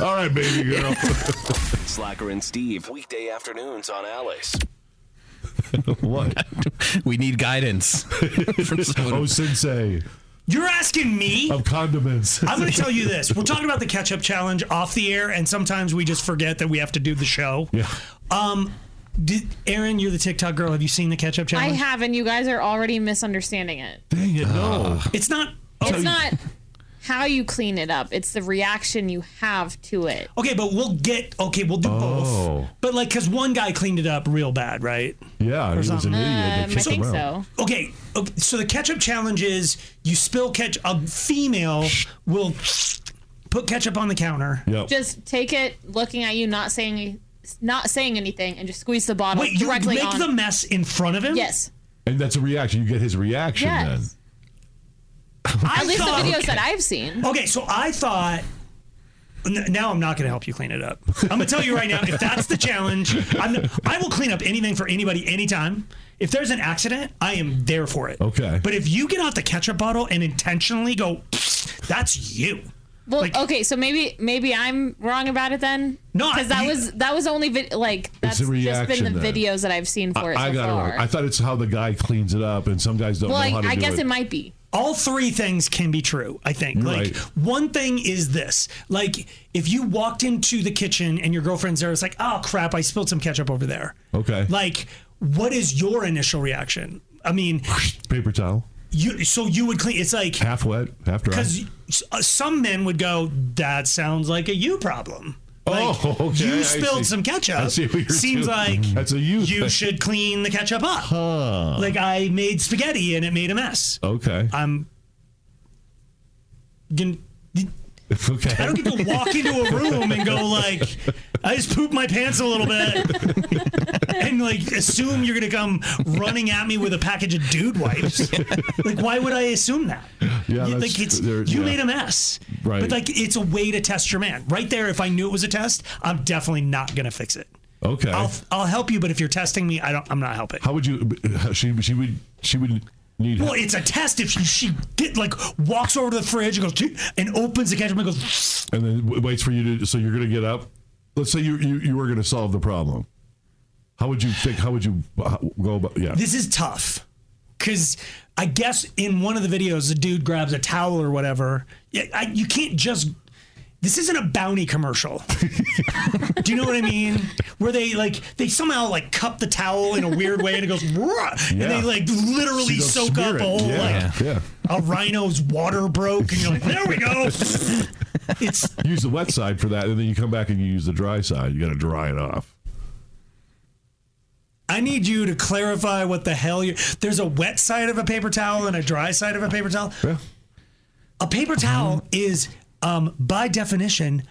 S4: All right, baby girl.
S6: Slacker and Steve, weekday afternoons on Alice.
S4: what?
S2: We need guidance.
S4: oh, sensei.
S3: You're asking me
S4: Of condiments.
S3: I'm going to tell you this. We're talking about the catch up challenge off the air, and sometimes we just forget that we have to do the show. Yeah. Um, did Aaron, you're the TikTok girl. Have you seen the catch up
S5: I
S3: challenge?
S5: have, and you guys are already misunderstanding it.
S4: Dang it, no.
S3: It's not.
S5: It's not how you clean it up; it's the reaction you have to it.
S3: Okay, but we'll get. Okay, we'll do both. But like, because one guy cleaned it up real bad, right?
S4: Oh. Yeah, he was
S5: idiot
S4: an
S5: that Um, I kicked think him out.
S3: Okay, okay, so the ketchup challenge is you spill ketchup. A female will put ketchup on the counter.
S5: Just take it, looking at you, not saying, not saying anything, and just squeeze the bottle
S3: Wait, you
S5: directly
S3: make
S5: on.
S3: the mess in front of him?
S5: yes,
S4: And that's a reaction. You get his reaction
S5: Yes. at least the videos that I've seen.
S3: Okay, so I thought. n- Now I'm not going to help you clean it up. I'm going to tell you right now. If that's the challenge, I'm, I will clean up anything for anybody, anytime. If there's an accident, I am there for it. Okay. But if you get out the ketchup bottle and intentionally go, "Psst," that's you.
S5: Well,
S3: Like-
S5: okay, so maybe maybe I'm wrong about it then.
S3: No, I-
S5: because that
S3: you-
S5: was that was only vid- like that's
S4: a
S5: just been
S4: reaction
S5: the
S4: then.
S5: videos that I've seen
S4: then.
S5: for it
S4: I, I
S5: so
S4: got
S5: far.
S4: it wrong. I thought it's how the guy cleans it up, and some guys don't
S5: well,
S4: know how
S5: I,
S4: to
S5: I
S4: do
S5: guess
S4: it.
S5: it. might be.
S3: all three things can be true i think
S4: You're
S3: like
S4: right.
S3: one thing is this like if you walked into the kitchen and your girlfriend's there it's like oh crap i spilled some ketchup over there
S4: Okay.
S3: like what is your initial reaction i mean
S4: Paper towel.
S3: you so you would clean it's like
S4: Half wet, half dry.
S3: because some men would go that sounds like a you problem like,
S4: Oh, okay, I
S3: you spilled
S4: see.
S3: some ketchup.
S4: I see what you're
S3: Seems
S4: doing.
S3: like
S4: That's a you
S3: you
S4: thing. Uh-huh.
S3: should clean the ketchup up.
S4: Huh.
S3: Like I made spaghetti and it made a mess.
S4: Okay.
S3: I'm gonna
S4: okay.
S3: I don't get to walk into a room and go like, I just pooped my pants a little bit, and like assume you're gonna come running at me with a package of dude wipes. Like, why would I assume that?
S4: Yeah,
S3: You-
S4: Oh, that's-
S3: like it's
S4: there-
S3: you
S4: yeah.
S3: made a mess,
S4: Right.
S3: But like, it's a way to test your man. Right there, if I knew it was a test, I'm definitely not gonna fix it.
S4: Okay.
S3: I'll I'll help you, but if you're testing me, I don't. I'm not helping.
S4: How would you? She she would she would need.
S3: Well, it's a test if she, she get like walks over to the fridge and goes "Gee," and opens the ketchup and goes.
S4: and then w- waits for you to. So you're going to get up. Let's say you you, you were going to solve the problem. How would you think? How would you uh, go about? Yeah.
S3: This is tough because I guess in one of the videos, the dude grabs a towel or whatever. Yeah, I, you can't just. This isn't a bounty commercial. Do you know what I mean? Where they like they somehow like cup the towel in a weird way and it goes "Rah," and
S4: Yeah.
S3: they like literally
S4: She goes,
S3: soak
S4: "Smear
S3: up a
S4: it."
S3: whole
S4: Yeah,
S3: like
S4: yeah.
S3: a rhino's water broke and you're like there we go. it's
S4: use the wet side for that, and then you come back and you use the dry side. You got to dry it off.
S3: I need you to clarify what the hell you. There's a wet side of a paper towel and a dry side of a paper towel. A paper towel
S4: Mm-hmm.
S3: is, um, by definition,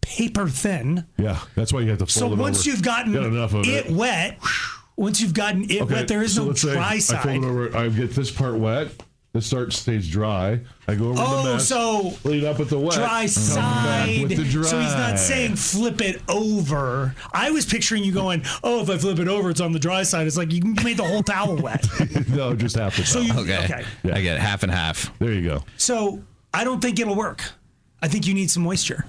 S3: paper thin.
S4: Yeah, that's why you have to. Fold
S3: So
S4: it
S3: once
S4: over.
S3: you've gotten
S4: Got enough of it,
S3: wet, once you've gotten it
S4: Okay,
S3: wet, there is
S4: so
S3: no
S4: let's say
S3: dry
S4: I fold
S3: side.
S4: it over. I get this part wet. This start stays dry. I go over
S3: Oh,
S4: the mess.
S3: so
S4: lead up with the wet.
S3: Dry
S4: come back
S3: side.
S4: with the dry.
S3: So he's not saying flip it over. I was picturing you going, "Oh, if I flip it over, it's on the dry side." It's like you made the whole towel wet.
S4: no, just half the
S3: So
S4: time.
S3: you-
S2: Okay.
S3: okay.
S2: I get it. half and half.
S4: There you go.
S3: So I don't think it'll work. I think you need some moisture.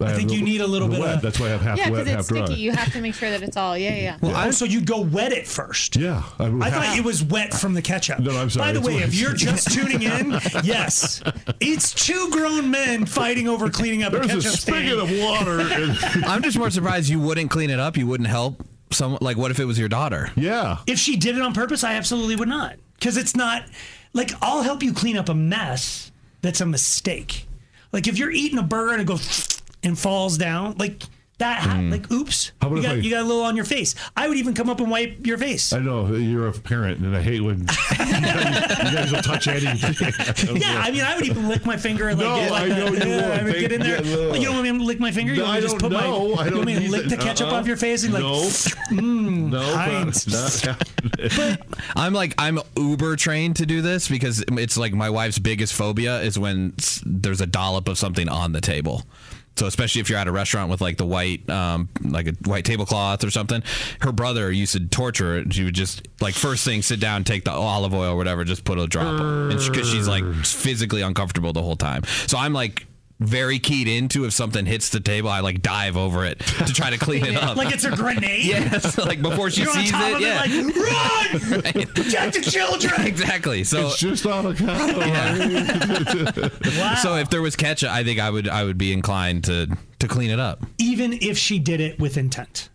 S3: I, think you need a little
S4: the
S3: bit
S4: wet.
S3: of.
S4: That's why I have half
S5: yeah,
S4: wet,
S5: because
S4: half
S5: it's
S4: dry.
S5: sticky. You have to make sure that it's all. Yeah, yeah.
S3: Well, I- so you'd go wet it first.
S4: Yeah, I, would
S3: I
S4: have-
S3: thought it was wet from the ketchup.
S4: No, I'm sorry,
S3: By the
S4: it's
S3: way,
S4: wet.
S3: if you're just tuning in, yes, it's two grown men fighting over cleaning up a
S4: There's a
S3: ketchup stain.
S4: spigot of water in-
S2: I'm just more surprised you wouldn't clean it up. You wouldn't help someone. Like, what if it was your daughter?
S4: Yeah.
S3: if she did it on purpose, I absolutely would not, because it's not like I'll help you clean up a mess that's a mistake. Like if you're eating a burger and it goes and falls down, like that, hap-
S4: Mm.
S3: like oops,
S4: How about
S3: you
S4: if
S3: got,
S4: I-
S3: you got a little on your face. I would even come up and wipe your face.
S4: I know you're a parent, and I hate when you guys, you guys will touch anything.
S3: Yeah, I mean, I would even lick my finger and like,
S4: No,
S3: get, like
S4: I know you
S3: yeah,
S4: would.
S3: I would get in there.
S4: Thank- yeah, no.
S3: Well, you don't want me to lick my finger? You
S4: No,
S3: want me
S4: I
S3: to just
S4: don't
S3: put
S4: know.
S3: my
S4: I
S3: you
S4: don't
S3: want me to
S4: need
S3: lick
S4: the-
S3: the ketchup
S4: uh-uh.
S3: off your face and like
S4: No.
S3: mm,
S4: No,
S3: Heinz.
S4: that's not happening.
S2: I'm like I'm uber trained to do this because it's like my wife's biggest phobia is when s- there's a dollop of something on the table. So especially if you're at a restaurant with like the white, um, like a white tablecloth or something, her brother used to torture her. She would just like first thing sit down, take the olive oil or whatever, just put a drop, because she's like physically uncomfortable the whole time. So I'm like very keyed into if something hits the table, I like dive over it to try to clean it up,
S3: Like it's a grenade?
S2: Yes, like before she
S3: You're on
S2: sees
S3: top
S2: it,
S3: of it,
S2: yeah.
S3: like, run! Protect the children!
S2: Exactly. So
S4: it's just avocado.
S2: So if there was ketchup, I think I would I would be inclined to to clean it up.
S3: Even if she did it with intent.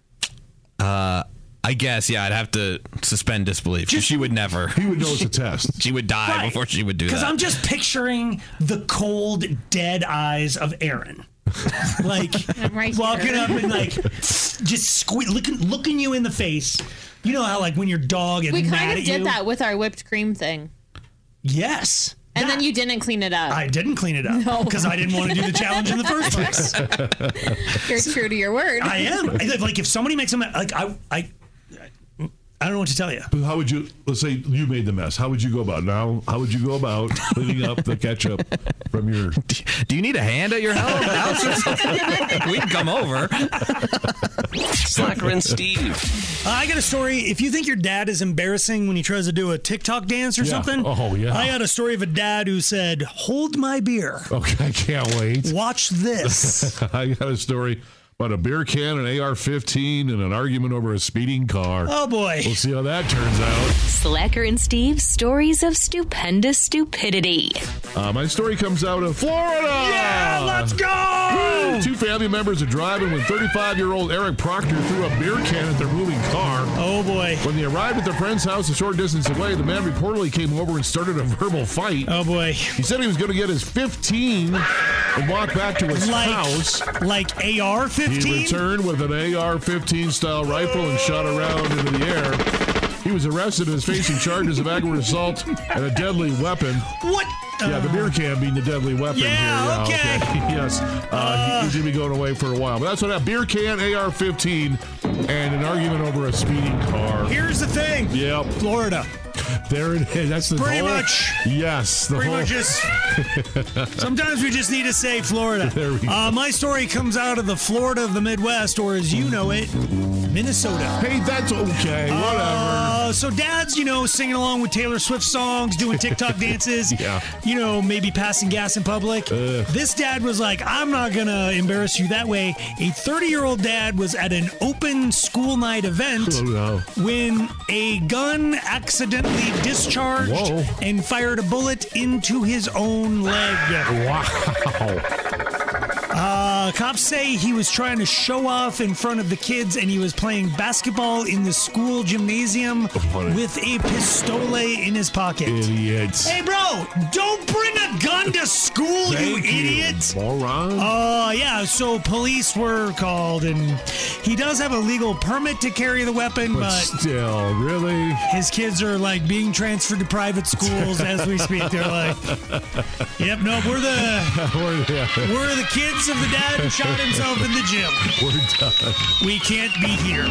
S2: Uh, I guess yeah, I'd have to suspend disbelief. 'cause she would never. He
S4: would know it's a test.
S2: she would die
S3: Right.
S2: before she would do
S3: Because
S2: that.
S3: I'm just picturing the cold, dead eyes of Aaron. like walking
S5: here.
S3: up and like just sque- looking looking you in the face. You know how like when your dog is
S5: We
S3: mad
S5: kind of
S3: at
S5: did
S3: you?
S5: that with our whipped cream thing.
S3: Yes.
S5: And then you didn't clean it up.
S3: I didn't clean it up
S5: No.
S3: because I didn't want to do the challenge in the first place.
S5: You're true to your word.
S3: I am. I- like if somebody makes a ma- like I I I don't know what to tell you.
S4: But how would you? Let's say you made the mess. How would you go about now? How would you go about cleaning up the ketchup from your?
S2: Do you need a hand at your house? or something? we can come over.
S6: Slacker and Steve.
S3: Uh, I got a story. If you think your dad is embarrassing when he tries to do a TikTok dance or
S4: Yeah.
S3: something,
S4: Oh, yeah.
S3: I got a story of a dad who said, "Hold my beer."
S4: Okay, I can't wait.
S3: Watch this.
S4: I got a story about a beer can, an AR-15, and an argument over a speeding car.
S16: Oh, boy.
S4: We'll see how that turns out.
S16: Slacker and Steve's stories of stupendous stupidity.
S4: Uh, my story comes out of Florida.
S16: Yeah, let's
S3: go!
S4: Two family members are driving when 35 year old Eric Proctor threw a beer can at their moving car.
S3: Oh, boy.
S4: When they arrived at their friend's house a short distance away, the man reportedly came over and started a verbal fight.
S3: Oh, boy.
S4: He said he was going to get his 15 and walk back to his
S3: Like-
S4: house.
S3: Like AR 15?
S4: He returned with an AR 15 style rifle and shot around into the air. He was arrested and is facing charges of aggravated assault and a deadly weapon.
S3: What?
S4: Yeah, the beer can being the deadly weapon
S3: Yeah,
S4: here.
S3: okay.
S4: yes. Uh, he- he's going to be going away for a while. But that's what happened. Beer can, AR 15, and an argument over a speeding car.
S3: Here's the thing.
S4: Yep.
S3: Florida.
S4: There it is. That's the
S3: Pretty
S4: whole-
S3: much.
S4: Yes. The
S3: Pretty
S4: whole,
S3: much just- Sometimes we just need to say Florida.
S4: There we go.
S3: Uh, my story comes out of the Florida of the Midwest, or as you know it, Minnesota.
S4: Hey, that's okay. Whatever.
S3: Uh, so dad's, you know, singing along with Taylor Swift songs, doing TikTok dances.
S4: Yeah.
S3: You know, maybe passing gas in public. This dad was like, "I'm not gonna embarrass you that way." A 30-year-old dad was at an open school night
S4: Oh,
S3: event when a gun accidentally discharged
S4: Whoa.
S3: and fired a bullet into his own leg.
S4: Wow.
S3: Uh, cops say he was trying to show off in front of the kids and he was playing basketball in the school gymnasium with a pistole in his pocket.
S4: Idiots.
S3: Hey, bro, don't bring a gun to school, you
S4: Thank
S3: idiot.
S4: Moron.
S3: Oh, yeah, so police were called and he does have a legal permit to carry the weapon,
S4: but,
S3: but.
S4: still, really?
S3: his kids are like being transferred to private schools as we speak. They're like, yep, no, we're the
S4: we're the,
S3: we're the kids of the dad who shot himself in the gym.
S4: done.
S3: We can't be here.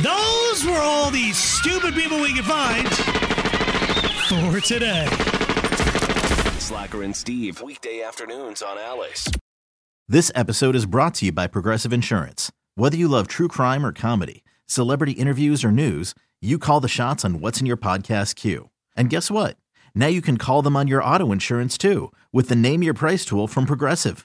S3: Those were all the stupid people we could find for today.
S6: Slacker and Steve. Weekday afternoons on Alice.
S1: This episode is brought to you by Progressive Insurance. Whether you love true crime or comedy, celebrity interviews or news, you call the shots on what's in your podcast queue. And guess what? Now you can call them on your auto insurance too with the Name Your Price tool from Progressive.